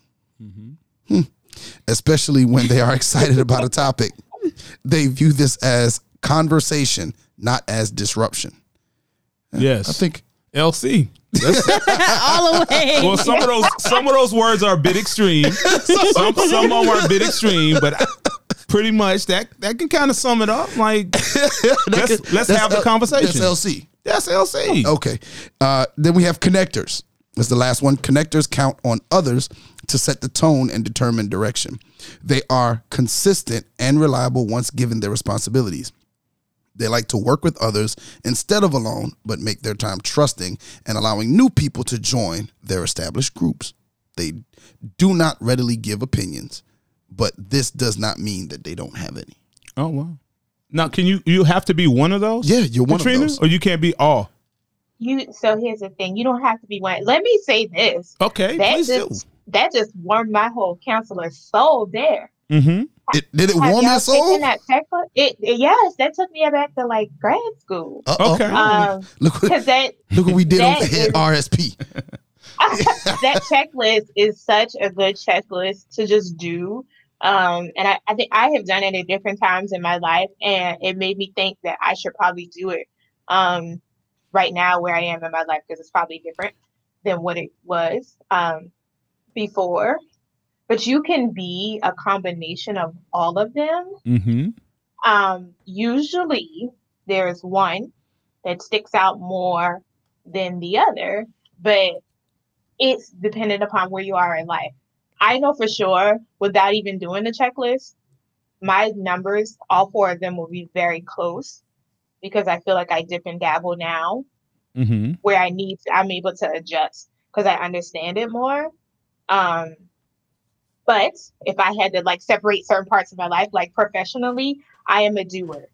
Mm-hmm. Hmm. especially when they are excited about a topic. They view this as conversation, not as disruption. Yes. I think LC. All the way. Well, some of those some of those words are a bit extreme. some some of them are a bit extreme, but I- pretty much that that can kind of sum it up. Like let's let's have the L- Oh, conversation. That's LC. That's LC. Okay. Uh, then we have connectors. That's the last one. Connectors count on others to set the tone and determine direction. They are consistent and reliable once given their responsibilities. They like to work with others instead of alone, but make their time trusting and allowing new people to join their established groups. They do not readily give opinions, but this does not mean that they don't have any. Oh wow. Now can you you have to be one of those? Yeah, you're one of Katrina? those. Or you can't be all. You so here's the thing. You don't have to be one. Let me say this. Okay. That please just that just warmed my whole counselor's soul there. do. Mm-hmm. It, did it Have warm y'all your soul? taken that checkbook? It, it- yes, that took me back to like grad school. Uh-oh. Okay. Um, Look what because that look what we did on that the head is- RSP. that checklist is such a good checklist to just do. Um, and I, I think I have done it at different times in my life, and it made me think that I should probably do it um, right now where I am in my life because it's probably different than what it was um, before. But you can be a combination of all of them. Mm-hmm. Um, usually there is one that sticks out more than the other, but it's dependent upon where you are in life. I know for sure without even doing the checklist, my numbers, all four of them will be very close because I feel like I dip and dabble now Mm-hmm. where I need to, I'm able to adjust because I understand it more. Um, but if I had to like separate certain parts of my life, like professionally, I am a doer.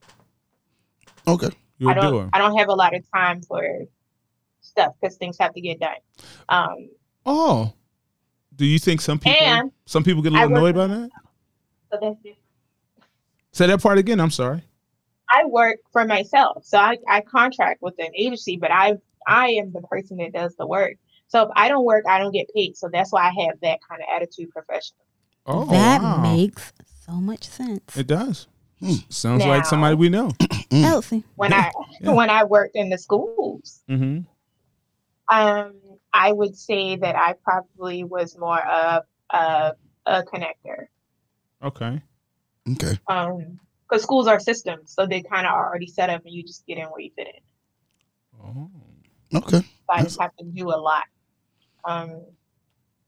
Okay. You're I a don't doer. I don't have a lot of time for stuff because things have to get done. Um, Oh. Do you think some people And some people get a I little annoyed work- by that? so that's it. Say that part again. I'm sorry. I work for myself, so I, I contract with an agency, but I I am the person that does the work. So if I don't work, I don't get paid. So that's why I have that kind of attitude professionally. Oh that wow. makes so much sense. Mm. it does. Hmm. Sounds like somebody we know. Elsie, When I Yeah. when I worked in the schools, Mm-hmm. Um, I would say that I probably was more of a, a connector. Okay. Okay. Um, because schools are systems, so they kind of are already set up, and you just get in where you fit in. Oh. Okay. So I just have to do a lot. Um,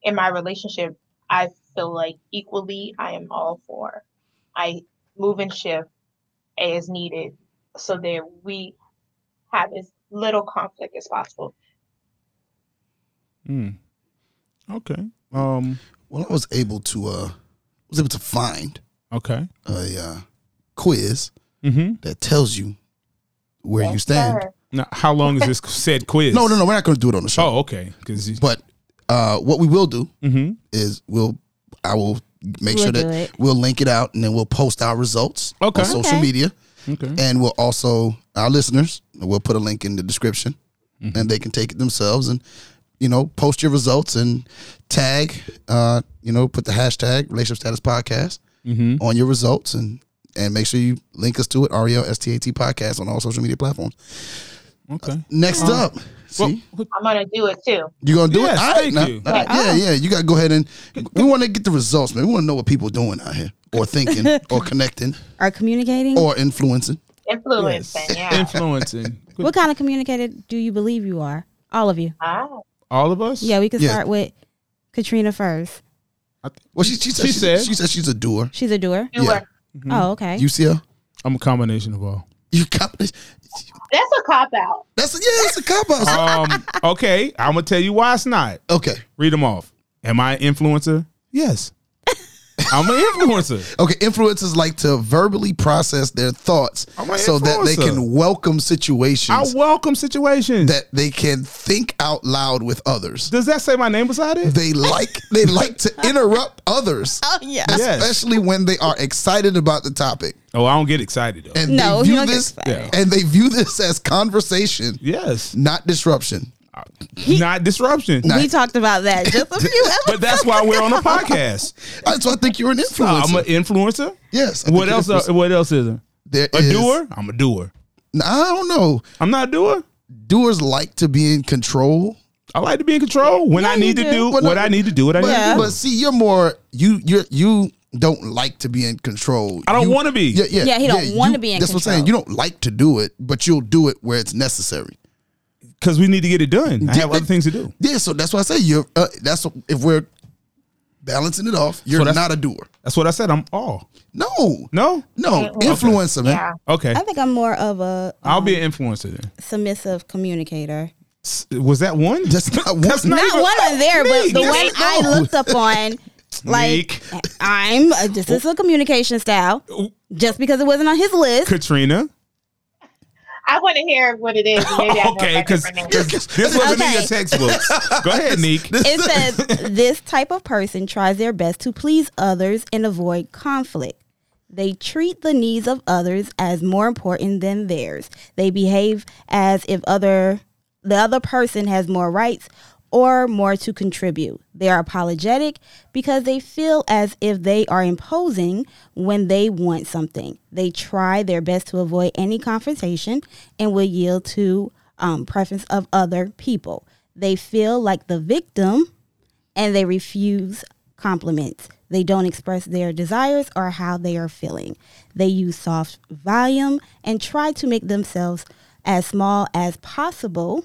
in my relationship, I feel like equally I am all for. I move and shift as needed, so that we have as little conflict as possible. Mm. Okay. Um. Well, I was able to uh was able to find Okay. a uh, quiz Mm-hmm. that tells you where you Yes, stand. sir. Now, how long is this said quiz? No, no, no. We're not going to do it on the show. Oh, okay. Because But uh, what we will do mm-hmm. is we'll I will make We'll sure that do it. we'll link it out and then we'll post our results Okay. on social Okay. media okay. Mm-hmm. and we'll also our listeners we'll put a link in the description and they can take it themselves and you know post your results and tag uh, you know put the hashtag relationship status podcast Mm-hmm. on your results and and make sure you link us to it R E L S T A T podcast on all social media platforms. Okay. Next up, see Uh-huh. Well, I'm gonna do it too. you gonna do yes, it? All thank now- you. Uh-huh. all right, yeah, yeah. You gotta go ahead and we want to get the results, man. We want to know what people doing out here or thinking or connecting are communicating? Oh. or influencing. Influence, Yes. yeah. Influencing. Good. what kind of communicator do you believe you are? All of you. Ah. All of us? Yeah, we could Yeah. start with Katrina first. I th- Well, she, she, said, She she, said- said she said she's a doer. She's a doer. You Yeah. were- Mm-hmm. Oh, okay. You see her? I'm a combination of all. You cop this? That's a cop out. That's yeah. That's a cop out. Um, okay. I'm going to tell you why it's not. Okay. Read them off. Am I an influencer? Yes. I'm an influencer. Okay, influencers like to verbally process their thoughts I'm an so that they influencer. can welcome I situations welcome situations. that they can think out loud with others. Does that say my name beside it? They like they like to interrupt others, Oh yeah. Yes. especially when they are excited about the topic. Oh, I don't get excited though. And No, they you view don't get this excited. and they view this as conversation, yes. not disruption. not disruption. We talked about that just a few But that's why we're on a podcast. That's why I think you're an influencer. I'm an influencer. yes. I What think else? uh, you're an influencer. what else is there? There A is- doer? I'm a doer. Nah, I don't know. I'm not a doer. Doers like to be in control. I like to be in control when I you need to do. do But what no- I need to do. What I But, need to do. but see, you're more you you you don't like to be in control. I don't You- want to be. Yeah, yeah, Yeah, he don't you- wanna be in That's what I'm saying. You control. don't like to do it, but you'll do it where it's necessary. because we need to get it done. I Yeah, have other but- things to do. Yeah, so that's why I say you're. Uh, that's what- if we're balancing it off. You're that's- not a doer. That's what I said. I'm all. No, No? no, influencer, man. Yeah. Okay. I think I'm more of a I'll be an influencer then. submissive communicator. S- Was that one? That's not one. That's not, Not even- one of there, Meek, but the that's way I looked up on, like, Meek, I'm uh, this is a communication style. Just because it wasn't on his list, Katrina. I want to hear what it is. and Maybe I okay, because because this wasn't in your Okay. textbooks. Go ahead, Neek. it says this type of person tries their best to please others and avoid conflict. They treat the needs of others as more important than theirs. They behave as if other the other person has more rights or more to contribute. They are apologetic because they feel as if they are imposing when they want something. They try their best to avoid any confrontation and will yield to um, preference of other people. They feel like the victim and they refuse compliments. They don't express their desires or how they are feeling. They use soft volume and try to make themselves as small as possible.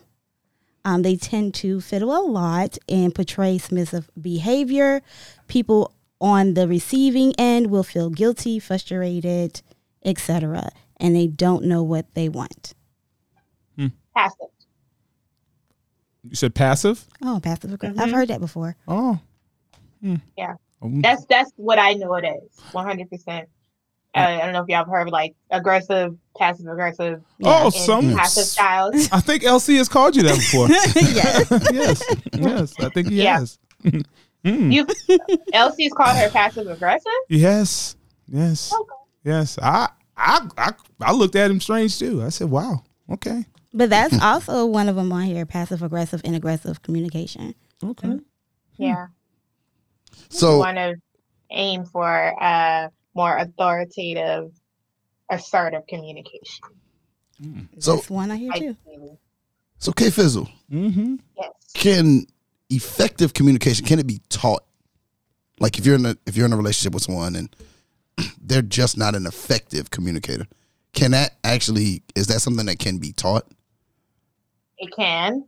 Um, they tend to fiddle a lot and portray submissive behavior. People on the receiving end will feel guilty, frustrated, etc., and they don't know what they want. passive. You said passive. Oh, passive aggressive. I've heard that before. Oh, Yeah, Um, that's that's what I know it as. One hundred percent. Uh, I don't know if y'all have heard like aggressive, passive aggressive, oh, and some. passive styles. I think LC has called you that before. yes. yes, yes, I think he Yeah. has. Hmm. You, Elsie's called her passive aggressive. Yes, yes, Okay. yes. I, I, I, I looked at him strange too. I said, "Wow, okay, But that's also one of them on here: passive aggressive and aggressive communication. okay." Yeah, you So want to aim for uh, more authoritative, assertive communication. So- that's one I hear too. Ideally. so K Fizzle, Mm-hmm. Yes. can effective communication can it be taught? Like if you're in a if you're in a relationship with someone and they're just not an effective communicator, can that actually is that something that can be taught? It can.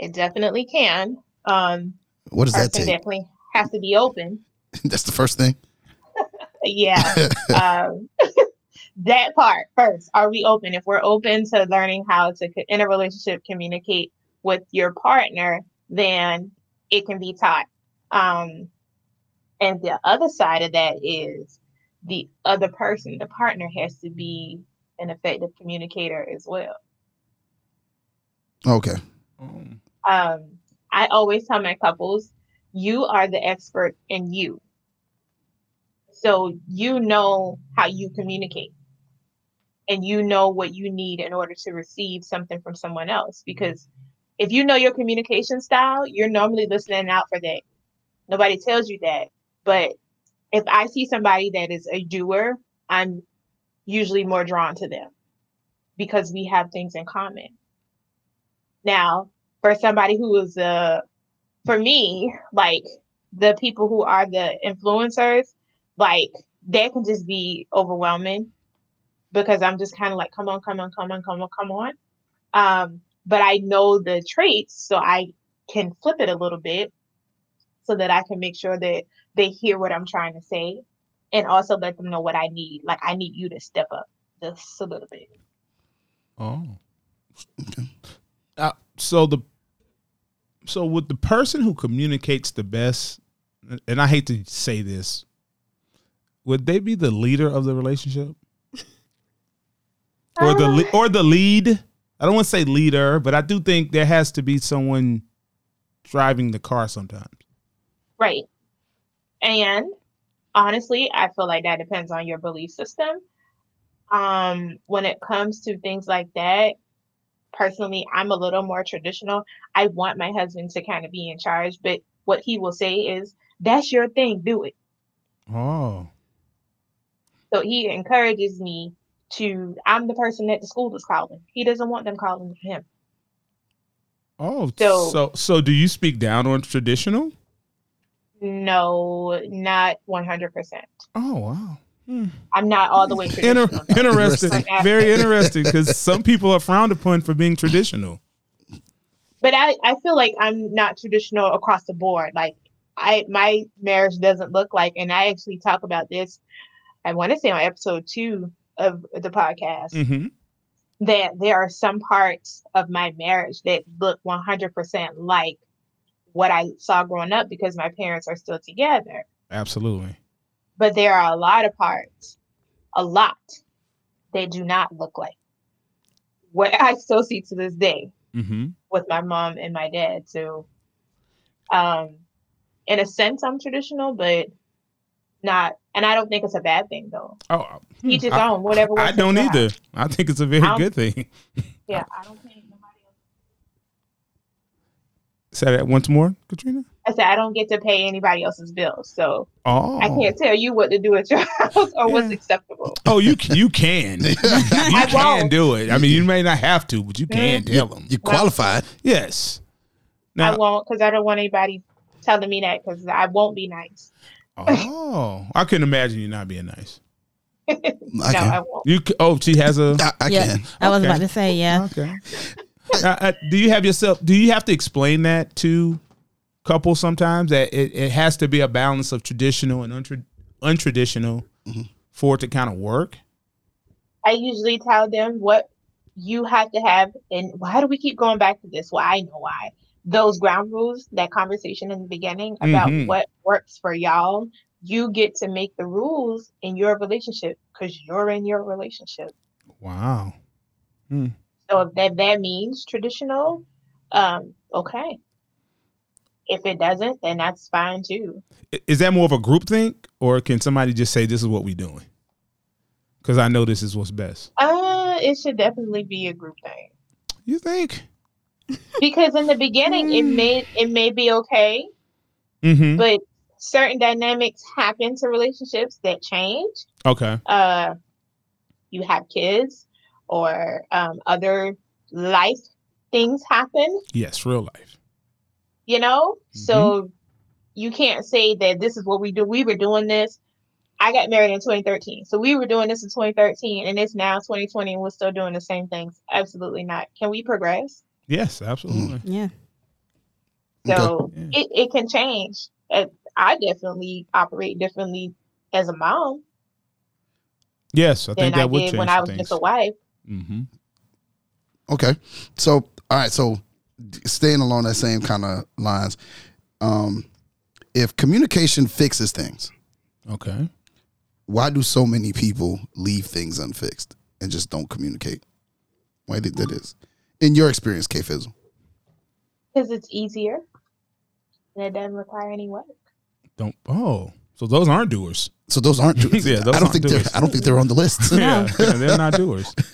It definitely can. Um, What does that person take? definitely has to be open. That's the first thing. Yeah. um, that part first. Are we open? If we're open to learning how to, co- in a relationship, communicate with your partner, then it can be taught. Um, and the other side of that is the other person, the partner, has to be an effective communicator as well. Okay. um, I always tell my couples, you are the expert in you. So you know how you communicate and you know what you need in order to receive something from someone else. Because if you know your communication style, you're normally listening out for that. Nobody tells you that. But if I see somebody that is a doer, I'm usually more drawn to them because we have things in common. Now, for somebody who is uh for me like the people who are the influencers like that can just be overwhelming because i'm just kind of like come on come on come on come on come on um but i know the traits so i can flip it a little bit so that i can make sure that they hear what i'm trying to say and also let them know what i need like i need you to step up just a little bit Oh. Uh, so the so with the person who communicates the best, and I hate to say this, would they be the leader of the relationship, or the le- or the lead? I don't want to say leader, but I do think there has to be someone driving the car sometimes. Right. And honestly, I feel like that depends on your belief system. Um, when it comes to things like that, personally, I'm a little more traditional. I want my husband to kind of be in charge, but what he will say is, that's your thing, do it. Oh, So he encourages me to, I'm the person that the school is calling. He doesn't want them calling him. oh. So- so so do you speak down on traditional? No, not 100%. Oh wow. Hmm. I'm not all the way traditional. Inter- though. interesting, Interesting. very interesting, because some people are frowned upon for being traditional. but I, I feel like I'm not traditional across the board. Like I my marriage doesn't look like, and I actually talk about this. I want to say on episode two of the podcast Mm-hmm. that there are some parts of my marriage that look 100% like what I saw growing up because my parents are still together. Absolutely. But there are a lot of parts, a lot, that do not look like what I still see to this day Mm-hmm. with my mom and my dad. So, um, in a sense, I'm traditional, but not. And I don't think it's a bad thing though. Oh, Each his I- own. Whatever. I works don't for you. either. I think it's a very I don't- good thing. Yeah, I don't think nobody else. Say that once more, Katrina. I said I don't get to pay anybody else's bills, so Oh, I can't tell you what to do at your house or what's Yeah. acceptable. Oh, you c- you can. you I can won't. Mm-hmm. do it. I mean, you may not have to, but you can You, tell them. you qualified. Yes. I won't because I don't want anybody telling me that because I won't be nice. Oh, I couldn't imagine you not being nice. I no, I can. won't. You c- oh, she has a I, I yeah, can. I was Okay. about to say yeah. okay. Uh, uh, do you have yourself? Do you have to explain that to couples sometimes that it, it has to be a balance of traditional and untra- untraditional for it to kind of work? I usually tell them what you have to have, and why do we keep going back to this? Well, I know why. Those ground rules, that conversation in the beginning about Mhm. what works for y'all, you get to make the rules in your relationship because you're in your relationship. Wow. So if that, that means traditional, um, okay. If it doesn't, then that's fine too. I- Is that more of a group think, or can somebody just say this is what we're doing? Because I know this is what's best. Uh, it should definitely be a group thing. You think? Because in the beginning it may it may be okay, Mm-hmm. but certain dynamics happen to relationships that change. Okay. Uh you have kids or um, other life things happen, Yes, real life. you know? So you can't say that this is what we do. We were doing this. I got married in 2013. So we were doing this in 2013 and it's now 2020 and we're still doing the same things. Absolutely not. Can we progress? Yes, absolutely. Yeah, Okay. So Yeah. it, it can change. Uh, I definitely operate differently as a mom Yes, I than think I that would did change when I was things. just a wife. Mm-hmm. Okay. So, all right. So, d- staying along that same kind of lines, um, if communication fixes things, Okay. why do so many people leave things unfixed and just don't communicate? Why did that is? In your experience, K Fizzle. because it's easier and it doesn't require any work. Don't. Oh, so those aren't doers. So those aren't. Yeah, those I aren't don't think they're. doers. I don't think they're on the list. Yeah, yeah, they're not doers.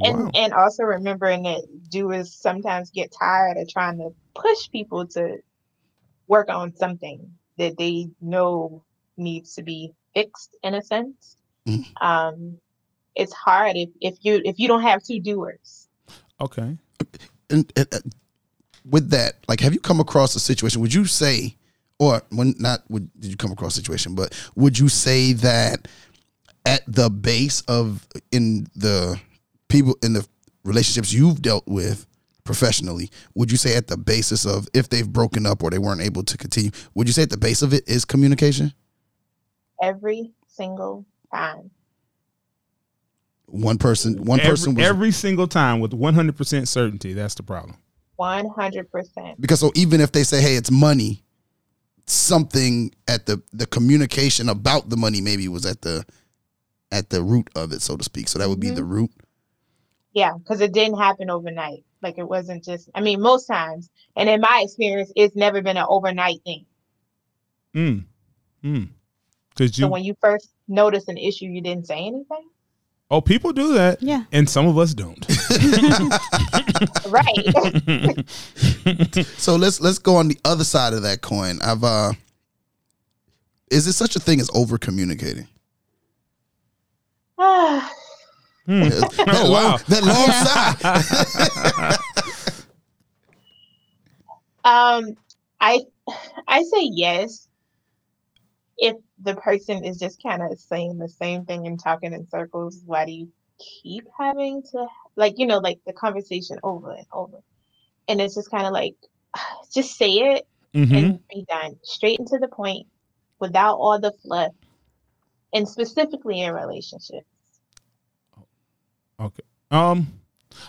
And Wow. and also remembering that doers sometimes get tired of trying to push people to work on something that they know needs to be fixed in a sense. Mm. Mhm. Um, it's hard if, if you if you don't have two doers. Okay. and, and, uh, with that, like, have you come across a situation? Would you say, or when not, would, did you come across a situation? But would you say that at the base of in the people in the relationships you've dealt with professionally, would you say at the basis of if they've broken up or they weren't able to continue, would you say at the base of it is communication? every single time. One person, one every, person was every single time with 100% certainty. That's the problem. 100%. because so even if they say hey it's money something at the the communication about the money maybe was at the at the root of it so to speak so that would be Mm-hmm. the root Yeah, because it didn't happen overnight. Like it wasn't just, I mean, most times, and in my experience, it's never been an overnight thing. Mm. Mm. Because you. so when you first notice an issue, you didn't say anything? oh, people do that. yeah. And some of us don't. Hmm, Right. so let's let's go on the other side of that coin i've uh is there such a thing as over communicating Hmm. that Oh, wow. long, that long side um, I, I say yes if the person is just kind of saying the same thing and talking in circles. Why do you keep having to like you know like the conversation over and over? And it's just kind of like just say it Mm-hmm. and be done straight into the point without all the fluff and specifically in relationships Okay. Um.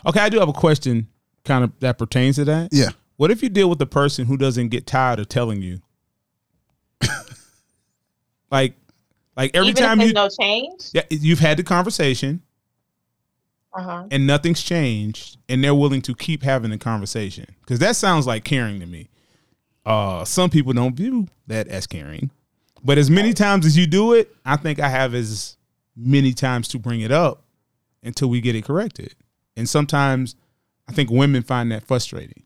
Okay, I do have a question, kind of that pertains to that. Yeah. What if you deal with a person who doesn't get tired of telling you? like, like every even time if you there's no change yeah, you've had the conversation uh-huh and nothing's changed, and they're willing to keep having the conversation because that sounds like caring to me. Uh, some people don't view that as caring, but as many times as you do it, I think I have as many times to bring it up until we get it corrected. And sometimes I think women find that frustrating.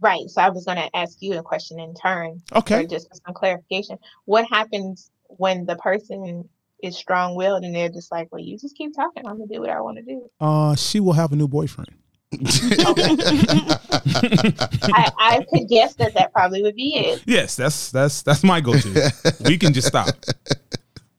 right so i was going to ask you a question in turn or Okay, just for some clarification what happens when the person is strong-willed and they're just like well you just keep talking i'm gonna do what i want to do uh, she will have a new boyfriend. I, I could guess that that probably would be it Yes, that's that's that's my go-to. we can just stop,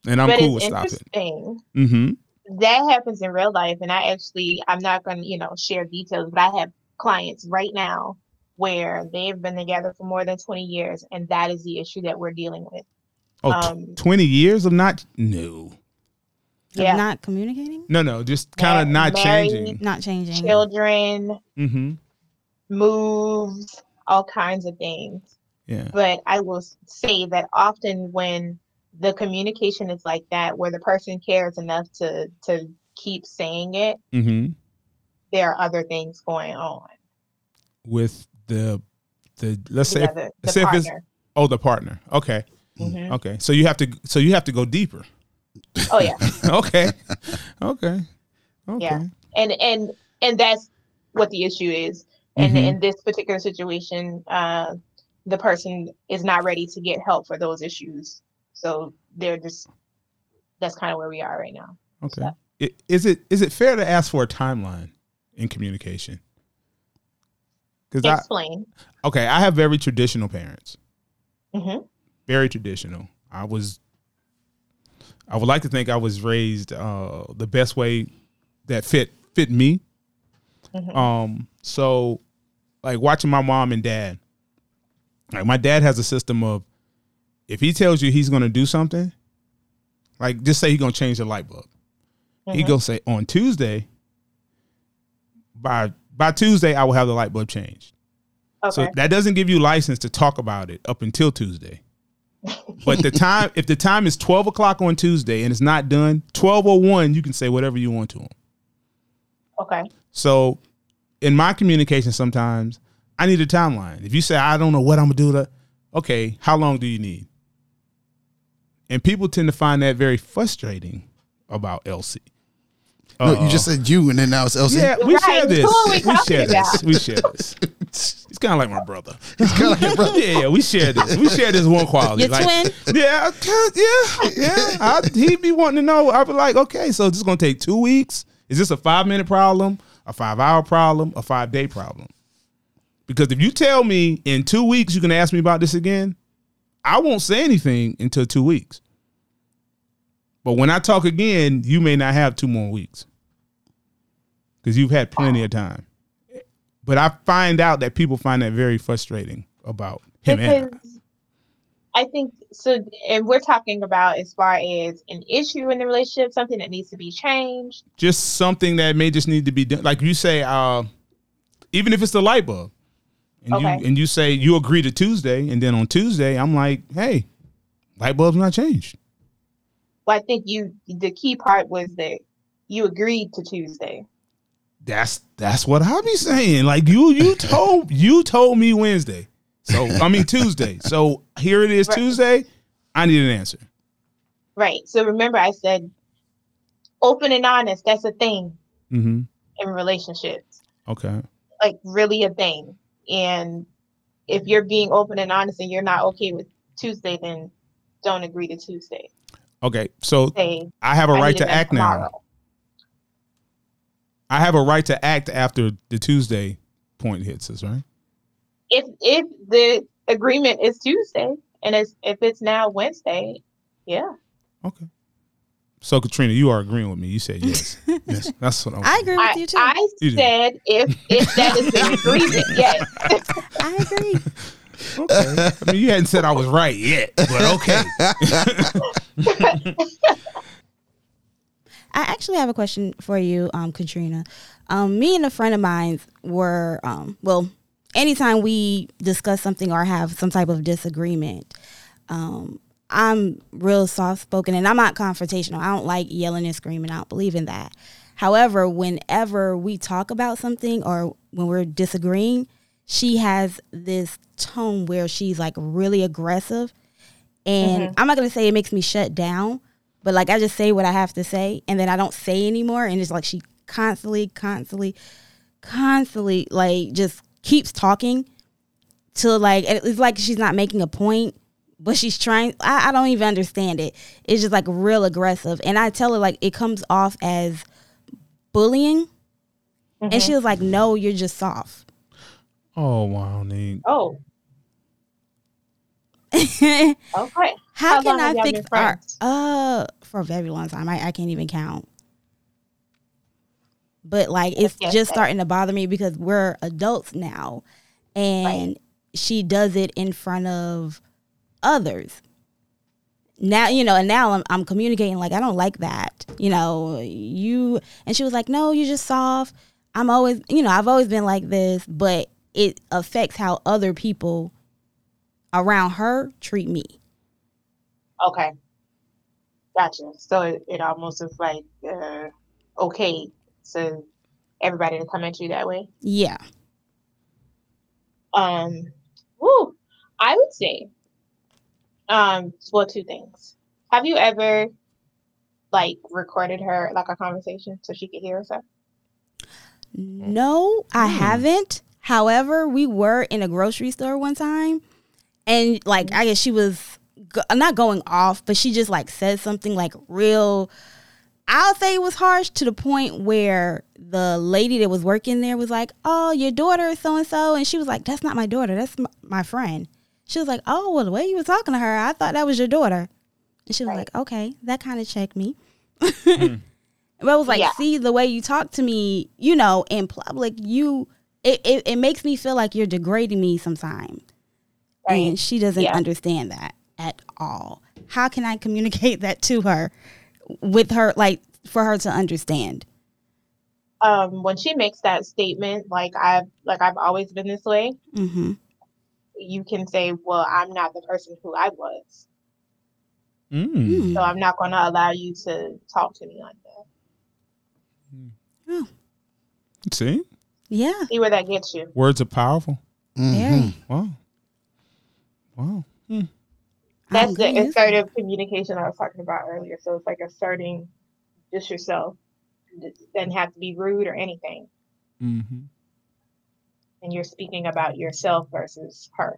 and I'm but cool with it's stopping. interesting Mm-hmm. that happens in real life and i actually i'm not going to you know share details but i have clients right now where they've been together for more than 20 years and that is the issue that we're dealing with Oh, tw- um 20 years of not no. yeah. yeah not communicating, No, no, just kind of Mar- not married. changing. not changing. children Mm-hmm. moves all kinds of things Yeah. but i will s- say that often when the communication is like that where the person cares enough to to keep saying it Mm-hmm. there are other things going on With the the Mm-hmm. let's say together the say if it's- partner oh the partner. Okay. Mhm. Okay. So you have to so you have to go deeper. oh yeah okay. Okay. Okay. Yeah. and and and that's what the issue is and Mhm. in this particular situation uh the person is not ready to get help for those issues so they're just that's kind of where we are right now Okay. I- Is it is it fair to ask for a timeline in communication? Because I explain okay, I have very traditional parents. Mhm. Very traditional. I was. I would like to think I was raised uh, the best way that fit fit me. Mhm. Um, so, like watching my mom and dad. Like my dad has a system of, if he tells you he's going to do something, like just say he's going to change the light bulb. He Mhm. go say on Tuesday. By by Tuesday, I will have the light bulb changed. okay So that doesn't give you license to talk about it up until Tuesday. But the time, if the time is twelve o'clock on Tuesday and it's not done, twelve o one, you can say whatever you want to them. okay So, in my communication, sometimes I need a timeline. If you say I don't know what I'm gonna do, to, okay, how long do you need? And people tend to find that very frustrating about Elsie. no, you just said you, and then now it's Elsie. Yeah, we Right, share this. who are we we talking share this. about? We share this. He's kind of like my brother. It's kind of like, bro, yeah, yeah, we share this. We share this one quality. Your like, twin? Yeah, I can't- yeah, yeah. I, he'd be wanting to know. I'd be like, okay, so this is gonna take two weeks. Is this a five minute problem, a five hour problem, a five day problem? Because if you tell me in two weeks you can ask me about this again, I won't say anything until two weeks. But when I talk again, you may not have two more weeks because you've had plenty of time. But I find out that people find that very frustrating about him. and I. because I think so, and we're talking about as far as an issue in the relationship, something that needs to be changed. just something that may just need to be done. Like you say, uh, even if it's the light bulb, and Okay. you and you say you agree to Tuesday, and then on Tuesday I'm like, hey, light bulb's not changed. Well, I think you, the key part was that you agreed to Tuesday. That's that's what I be saying. Like you you told you told me Wednesday, so I mean Tuesday. So here it is Right. Tuesday. I need an answer. Right. So remember, I said open and honest. That's a thing Mm-hmm. in relationships, Okay. like really a thing. And if you're being open and honest and you're not okay with Tuesday, then don't agree to Tuesday. Okay. So Say, I have a I right need it to done act now. tomorrow. I have a right to act after the Tuesday point hits us, right? If if the agreement is Tuesday and it's, if it's now Wednesday, yeah. Okay. So Katrina, you are agreeing with me. You said yes. yes. That's what I'm I agree with I, you too. I, I You do. said if if that is the agreement, yes. agree. Okay. I mean, you hadn't said I was right yet, but okay. I actually have a question for you, um, Katrina. Um, me and a friend of mine were, um, well, anytime we discuss something or have some type of disagreement, um, I'm real soft spoken and I'm not confrontational. I don't like yelling and screaming. I don't believe in that. However, whenever we talk about something or when we're disagreeing, she has this tone where she's like really aggressive. And I'm not going to say it makes me shut down, but like I just say what I have to say and then I don't say anymore. And it's like she constantly, constantly, constantly like just keeps talking till like and it's like she's not making a point but she's trying I, I don't even understand it it's just like real aggressive and i tell her like it comes off as bullying and Mm-hmm. she was like no you're just soft Oh wow, Nick. Oh, how, okay. How can long have i y'all fix been our friends? uh for a very long time i, I can't even count but like it's Okay. just starting to bother me because we're adults now and she does it in front of others now you know and now I'm, I'm communicating like i don't like that you know you and she was like no you're just soft i'm always you know i've always been like this but it affects how other people around her treat me Okay. Gotcha. So it, it almost is like uh, okay so everybody to come at you that way. yeah Um, woo, I would say, um, well, two things. Have you ever like recorded her like a conversation so she could hear herself? Mm. No, I haven't. However, we were in a grocery store one time, and like I guess she was go- not going off, but she just like said something like real. I'll say it was harsh to the point where the lady that was working there was like, "Oh, your daughter is so and so," and she was like, "That's not my daughter. That's my, my friend." She was like, "Oh, well, the way you were talking to her, I thought that was your daughter," and she was Right. Hmm. like, "Okay, that kind of checked me." But I was like, Yeah. see, the way you talk to me, you know, in public, you it, it, it makes me feel like you're degrading me sometimes. And she doesn't Yeah. understand that at all. How can I communicate that to her with her like for her to understand? Um, when she makes that statement, like I've like I've always been this way, hmm you can say, "Well, I'm not the person who I was, Mm. Hmm. so I'm not going to allow you to talk to me like that." See, Yeah. See where that gets you. words are powerful. Mm-hmm. Very. Wow, wow. I'm That's gonna the use that. assertive communication I was talking about earlier. So it's like asserting just yourself. It doesn't have to be rude or anything. Mm-hmm. And you're speaking about yourself versus her.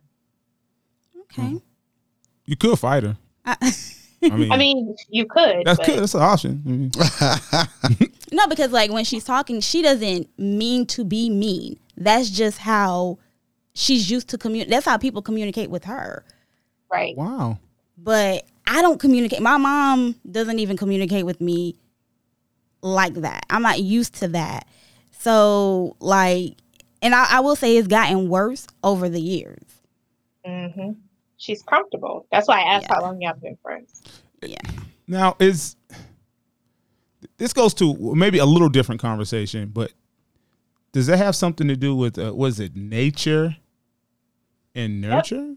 Okay. You could fight her. I- I mean, I mean, you could. that's but good. That's an option. I mean, No, because like when she's talking, she doesn't mean to be mean. That's just how she's used to communicate. That's how people communicate with her. Right. wow. but I don't communicate. My mom doesn't even communicate with me like that. I'm not used to that. So like, and I, I will say it's gotten worse over the years. hmm She's comfortable. That's why I asked Yeah. how long y'all been friends. Now is this goes to maybe a little different conversation, but does that have something to do with uh, was it nature and nurture?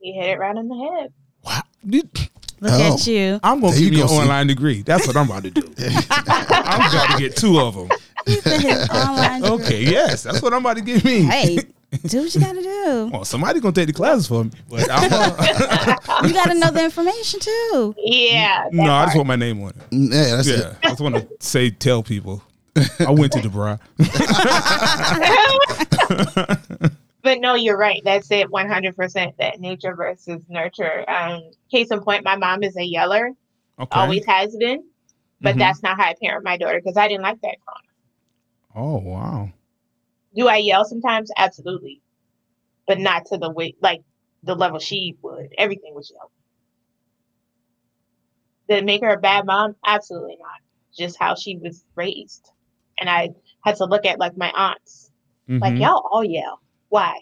You hit it right in the head. Wow. You- Look Oh. at you. I'm gonna There you give you an go, see. online degree. That's what I'm about to do. I'm about to get two of them. His online degree. Okay, yes, that's what I'm about to give me. Hey, do what you gotta do. Well, somebody's gonna take the classes for me. But I'm, uh, You gotta know the information too. Yeah. that no, I just part. want my name on it. yeah, that's Yeah, I just want to say, tell people I went to DeBra. But no, you're right. That's it 100% that nature versus nurture. Um, case in point, my mom is a yeller, Okay. always has been. But Mhm. that's not how I parent my daughter because I didn't like that growing up. Oh wow. Do I yell sometimes? Absolutely. But not to the way like the level she would. Everything was yelled. Did it make her a bad mom? Absolutely not. Just how she was raised. And I Mm-hmm. had to look at like my aunts. Like Mhm. y'all all yell. Why?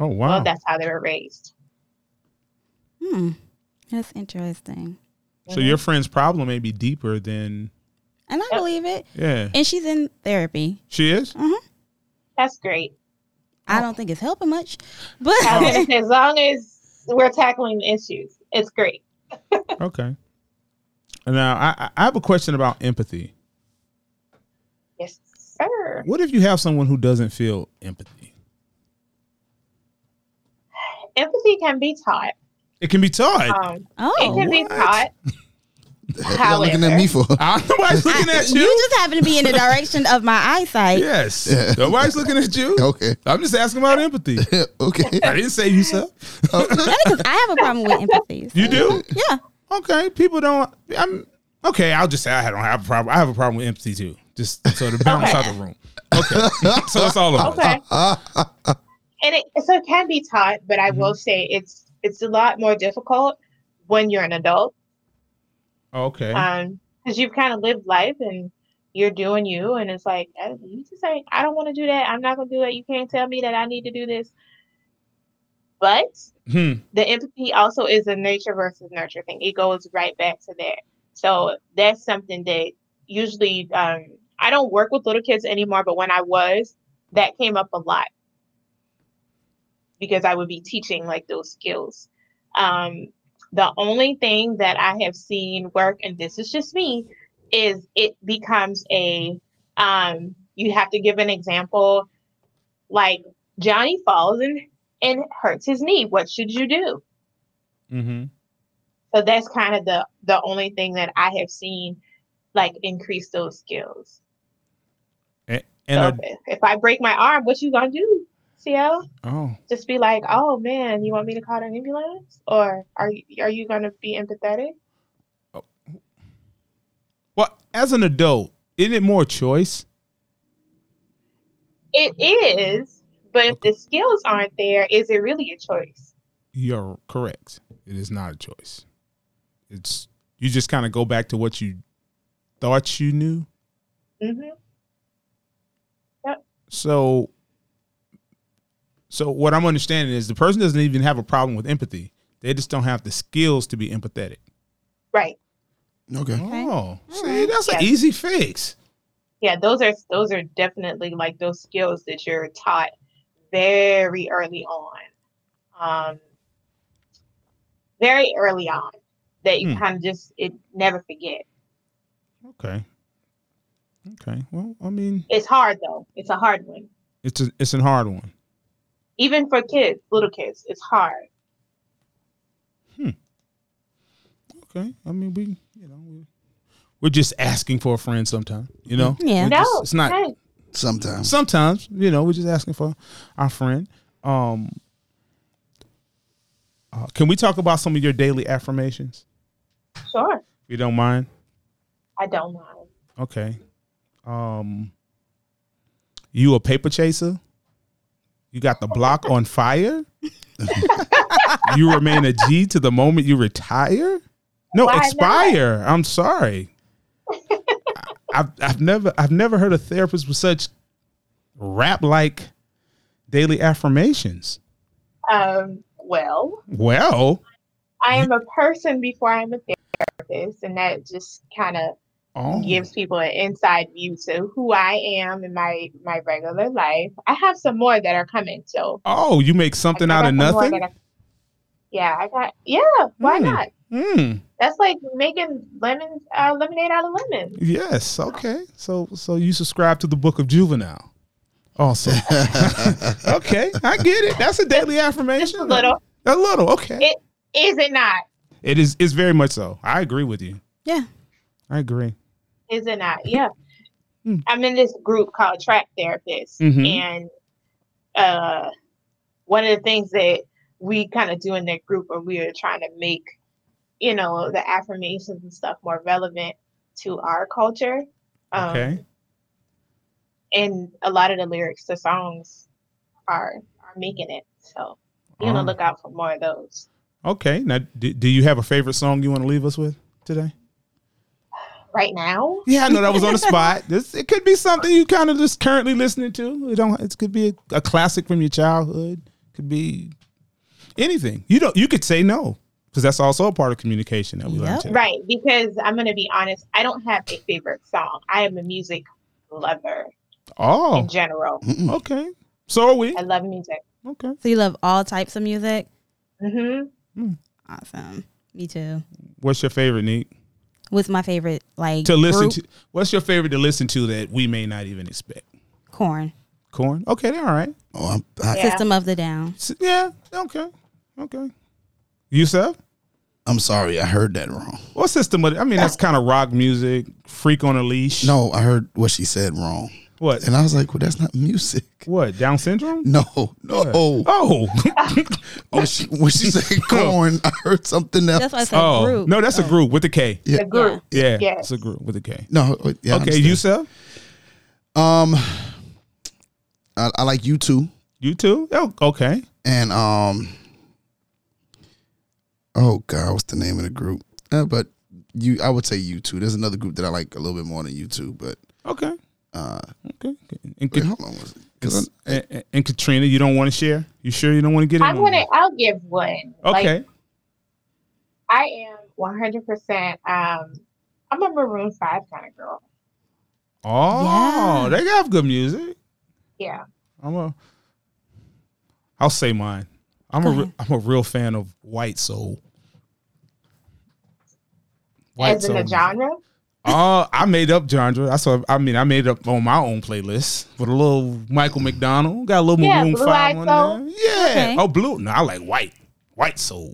Oh wow. Well, that's how they were raised. Hmm. That's interesting. so your friend's problem may be deeper than And I Yep. believe it. yeah. And she's in therapy. She is. That's great. I don't think it's helping much, but Oh. As, as long as we're tackling the issues, it's great. Okay. Now I, I- I have a question about empathy. Yes, sir. What if you have someone who doesn't feel empathy? Empathy can be taught. It can be taught. Um, it oh, can be what? taught. The heck y'all looking at However. me for? I, Ah, nobody's looking at you just happen to be in the direction of my eyesight. Yes. Nobody's looking at you. okay. I'm just asking about empathy. okay. I didn't say you sir. Because I have a problem with empathy. so- You do? Yeah. Okay. People don't. I'm okay. I'll just say I don't have a problem. I have a problem with empathy too. Just so to bounce Okay. out the room. Okay. so it's all of us. Okay. and it, so it can be taught, but Mm-hmm. I will say it's it's a lot more difficult when you're an adult, Oh, Okay. because you've kind of lived life and you're doing you, and it's like I- you just say I don't want to do that. I'm not gonna do it. You can't tell me that I need to do this. But hmm. the empathy also is a nature versus nurture thing. It goes right back to that. So that's something that usually um, I don't work with little kids anymore, but when I was, that came up a lot because I would be teaching like those skills. Um, the only thing that I have seen work, and this is just me, is it becomes a um, you have to give an example like Johnny falls and and hurts his knee. What should you do? Mm-hmm. So that's kind of the the only thing that I have seen like increase those skills. And, So and if, if I break my arm, what you gonna do, CL? a, oh, Just be like, oh man, you want me to call an ambulance, or are you, are you gonna be empathetic? well, as an adult, isn't it more choice? It is, but if the skills aren't there, is it really a choice? You're correct. It is not a choice. It's you just kind of go back to what you thought you knew. hmm So, so what I'm understanding is the person doesn't even have a problem with empathy. They just don't have the skills to be empathetic. Right. Okay. Oh, see, Alright. that's an Yeah. easy fix. Yeah, those are those are definitely like those skills that you're taught very early on. Um, very early on that you Hmm. kind of just it never forget. Okay. Okay. Well, I mean, It's hard though. It's a hard one. it's a it's a hard one. Even for kids, little kids, it's hard. Okay. I mean, we you know we we're just asking for a friend sometime. You know. Yeah. We're No, just- it's not. hey, Sometimes. Sometimes you know we're just asking for our friend. Um. uh, can we talk about some of your daily affirmations? sure. If you don't mind. I don't mind. Okay. Um you a paper chaser? You got the block on fire? you remain a G to the moment you retire? No, Why not? expire. I'm sorry. I- I've I've never I've never heard a therapist with such rap like daily affirmations. Um, well, Well, I am a person before I am a therapist, and that just kind of oh, gives people an inside view to who I am in my my regular life. I have some more that are coming, so oh, you make I something out got of some more nothing? that I- yeah, I got. Yeah, why Hmm. not? Hmm. That's like making lemon uh, lemonade out of lemons. Yes. Okay. So so you subscribe to the book of Juvenile. Awesome. Oh, okay, I get it. That's a daily affirmation. A little, A little. Okay. It- is it not? It is. It's very much so. I agree with you. Yeah. I agree. Is it not? Yeah. Hmm. I'm in this group called Track Therapists, Mhm. and uh, one of the things that we kind of do in that group, where we are trying to make, you know, the affirmations and stuff more relevant to our culture. Um, Okay. And a lot of the lyrics to songs are are making it. So you're Oh. gonna look out for more of those. Okay. Now, do, do you have a favorite song you want to leave us with today? Right now, Yeah, I know that was on the spot. This it could be something you kind of just currently listening to. It don't. It could be a, a classic from your childhood. Could be anything. You don't. You could say no because that's also a part of communication that we learn. Yep. To. Right, because I'm gonna be honest, I don't have a favorite song. I am a music lover in Oh, general. Mm-mm. okay. So are we. I love music. Okay. So you love all types of music? hmm Awesome. Me too. What's your favorite, Neek? What's my favorite like To listen group? to. What's your favorite to listen to that we may not even expect? Corn. Corn. Okay, they're all right. Oh, I'm, I, Yeah. System of the Down. S- Yeah. Okay. Okay. Yusef? I'm sorry, I heard that wrong. What system? Of, I mean, that's kind of rock music. Freak on a leash. No, I heard what she said wrong, What? and I was like, "Well, that's not music." What? Down syndrome? No, no. Oh. When she, when she said corn, I heard something else. That's why I said oh. group. No, that's a group with a K. Yeah. The group. Yeah. Yeah. It's a group with a K. no, yeah, I okay, understand. Yusef? Um, I, I like you too, You too? Oh, okay. and um, oh god, what's the name of the group? Uh, but you, I would say you two. There's another group that I like a little bit more than you two, but Okay. uh, Okay. And, wait, Ka- hold on, was it? 'Cause and- and- and Katrina, you don't want to share? You sure you don't want to get in? I on want to. that? I'll give one. Like, Okay. I am 100. percent Um, I'm a Maroon Five kind of girl. oh, Yeah. they have good music. Yeah. I'm a. I'll say mine. I'm Go a. Re- ahead. I'm a real fan of white soul. As in the music. genre. Uh, I made up genre. I saw. I mean, I made up on my own playlist with a little Michael McDonald. Got a little Yeah, Maroon Blue Five on Eyed Soul. there. Yeah. Okay. Oh, blue. No, I like white. White soul.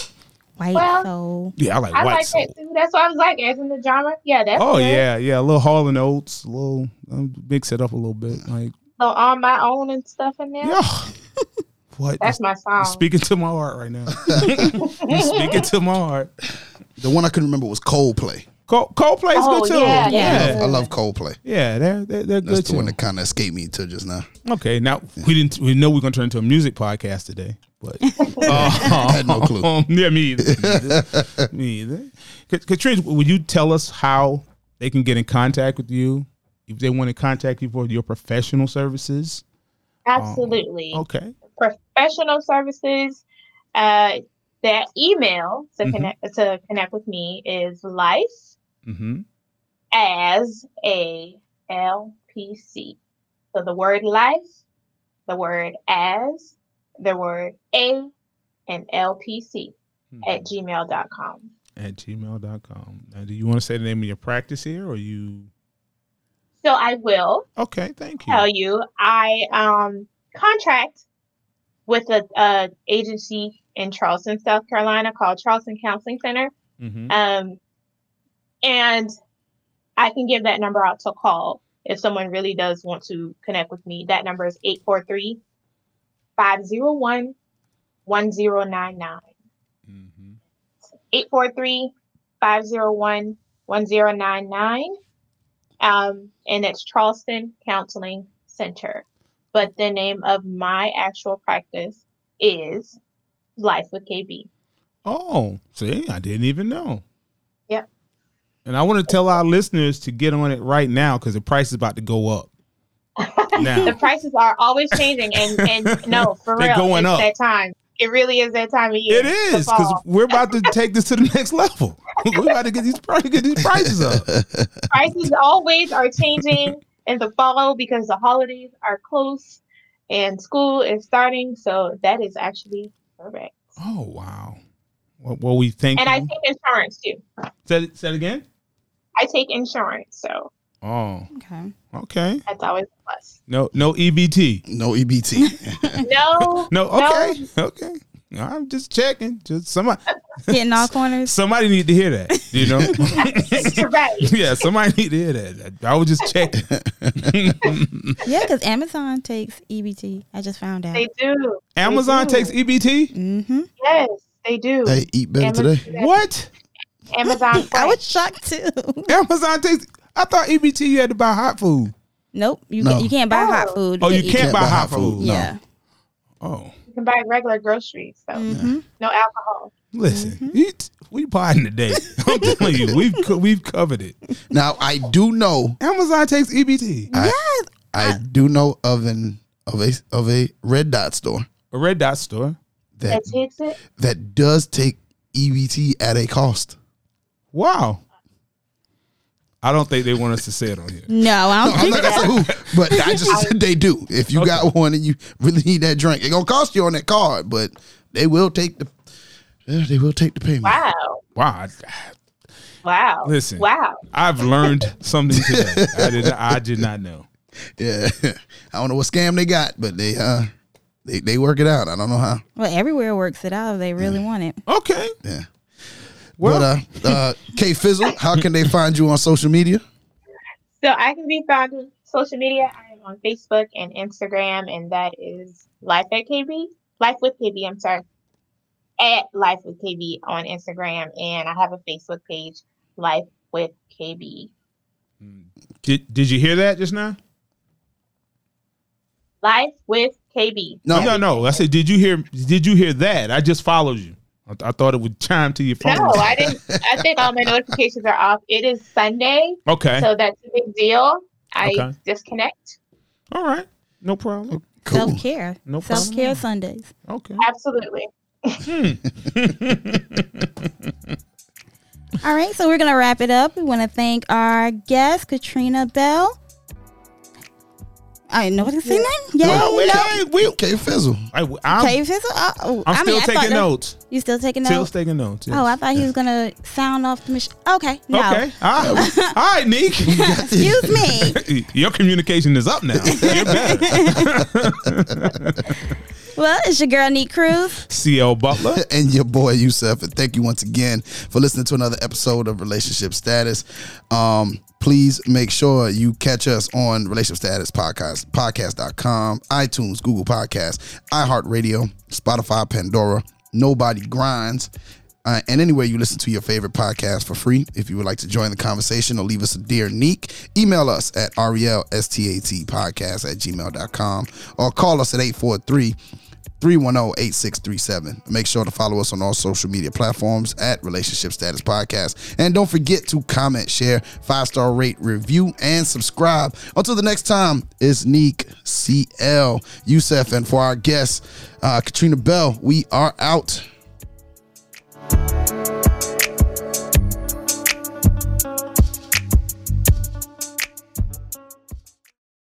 White Well- soul. Yeah, I like I white like soul. that too. That's why I was like, as in the genre. Yeah, that's. Oh good. yeah, yeah. A little Harlan Oates. A little um, mix it up a little bit. Like So on my own and stuff in there. yeah. what? That's my You're song. speaking to my heart right now. You're speaking to my heart. the one I couldn't remember was Coldplay. Col- Coldplay's Oh, good too. yeah, yeah. yeah. I love Coldplay. Yeah, they're they're, they're That's good the one too. that kind of escaped me to just now. Okay, now we didn't we know we're gonna turn into a music podcast today, but I had no clue. Um, yeah, me either. Me either. me either. Kat- Katrina, would you tell us how they can get in contact with you if they want to contact you for your professional services? Absolutely. Okay. Professional services. Uh, that email to Mhm. connect to connect with me is life Mm-hmm. as a LPC. So the word life, the word as, the word a, and LPC Mm-hmm. at gmail.com. At gmail.com. Now, do you want to say the name of your practice here or you? So I will Okay, thank you. tell you, I um, contract with a, a agency in Charleston, South Carolina called Charleston Counseling Center. Mm-hmm. Um, and I can give that number out to call if someone really does want to connect with me. That number is 843 501 1099. Mm-hmm. 843 501 1099. Um, and it's Charleston Counseling Center. But the name of my actual practice is Life with KB. Oh, see, I didn't even know. Yep. And I want to tell our listeners to get on it right now because the price is about to go up. the Now, prices are always changing and and no for They're real going it's up. that time it really is that time of year it is The because fall. we're about to take this to the next level. we're about to get these, pri- get these prices up. prices always are changing in the fall because the holidays are close and school is starting so that is actually correct Oh, wow. Well, well we thank and you. i take insurance too said, it, said again? i take insurance so Oh, Okay. okay. that's always a plus No, no E EBT. No E EBT. no No, okay, okay. I'm just checking. Just somebody, Hitting all corners. somebody need to hear that. You know, right yeah, somebody need to hear that. I, I was just checking. Yeah, because Amazon takes EBT. I just found out. they do Amazon do. takes E EBT. Mm-hmm. yes they do they eat better Amazon- today. What? amazon I Prime. was shocked too. Amazon takes. I thought EBT you had to buy hot food. nope. You No. can, you can't buy No. hot food. Oh, you get can't, buy, hot food. EBT. Yeah. Oh, you can buy regular groceries so Mm-hmm. no alcohol listen, you t- we potting today. I'm telling you, we've co- we've covered it. Now I do know, Amazon takes E EBT. I do know of an of a of a red dot store a red dot store. that that takes it. that does take EBT at a cost. Wow. I don't think they want us to say it on here. No, I No, don't I'm think not gonna say who, but I just said they do. If you got one and you really need that drink, it gonna cost you on that card, but they will take the yeah, they will take the payment. Wow. Wow. Wow. Listen. Wow. I, have learned something today. I did I did not know. Yeah, I don't know what scam they got, but they uh they they work it out. I don't know how. Well, everywhere works it out if they really want it. Okay. Yeah. Well, but uh, uh K Fizzle, how can they find you on social media? So I can be found on social media. I am on Facebook and Instagram, and that is Life at KB. Life with KB, I'm sorry. At Life with KB on Instagram. And I have a Facebook page, Life with KB. uh, did did you hear that just now? Life with KB. No, no, no. I said, did you hear? Did you hear that? I just followed you. I, I thought it would chime to your phone. No, I didn't. I think all my notifications are off. It is Sunday, Okay. so that's a big deal. I Okay. disconnect. All right. No problem. cool. Self care. No problem. Self care Sundays. Okay. Absolutely. All right, so we're gonna wrap it up. We want to thank our guest, Katrina Bell. I nobody say nothing. Yeah, Well, we, no. hey, we, K Fizzle. I, am Okay, if it's a- oh, oh, I'm I mean, still I thought taking that- notes. You still taking Still notes? taking notes. yes. Oh, I thought he was gonna sound off the machine. Okay, no. Okay. All right. All right, Neek. Excuse me. Your communication is up now. You're better. Well, it's your girl Neat Cruz. CL Butler. and your boy Yusef. And thank you once again for listening to another episode of Relationship Status. Um, please make sure you catch us on Relationship Status Podcast, podcast.com, iTunes, Google Podcasts, iHeartRadio, Spotify, Pandora, Nobody Grinds. Uh, and anywhere you listen to your favorite podcast for free. If you would like to join the conversation or leave us a dear nick, email us at E relstatpodcast at gmail.com or call us at 843 310-8637. Make sure to follow us on all social media platforms at Relationship Status Podcast. And don't forget to comment, share, five-star rate, review, and subscribe. Until the next time, it's Neek, CL, Youssef, and for our guests, uh, Katrina Bell, we are out.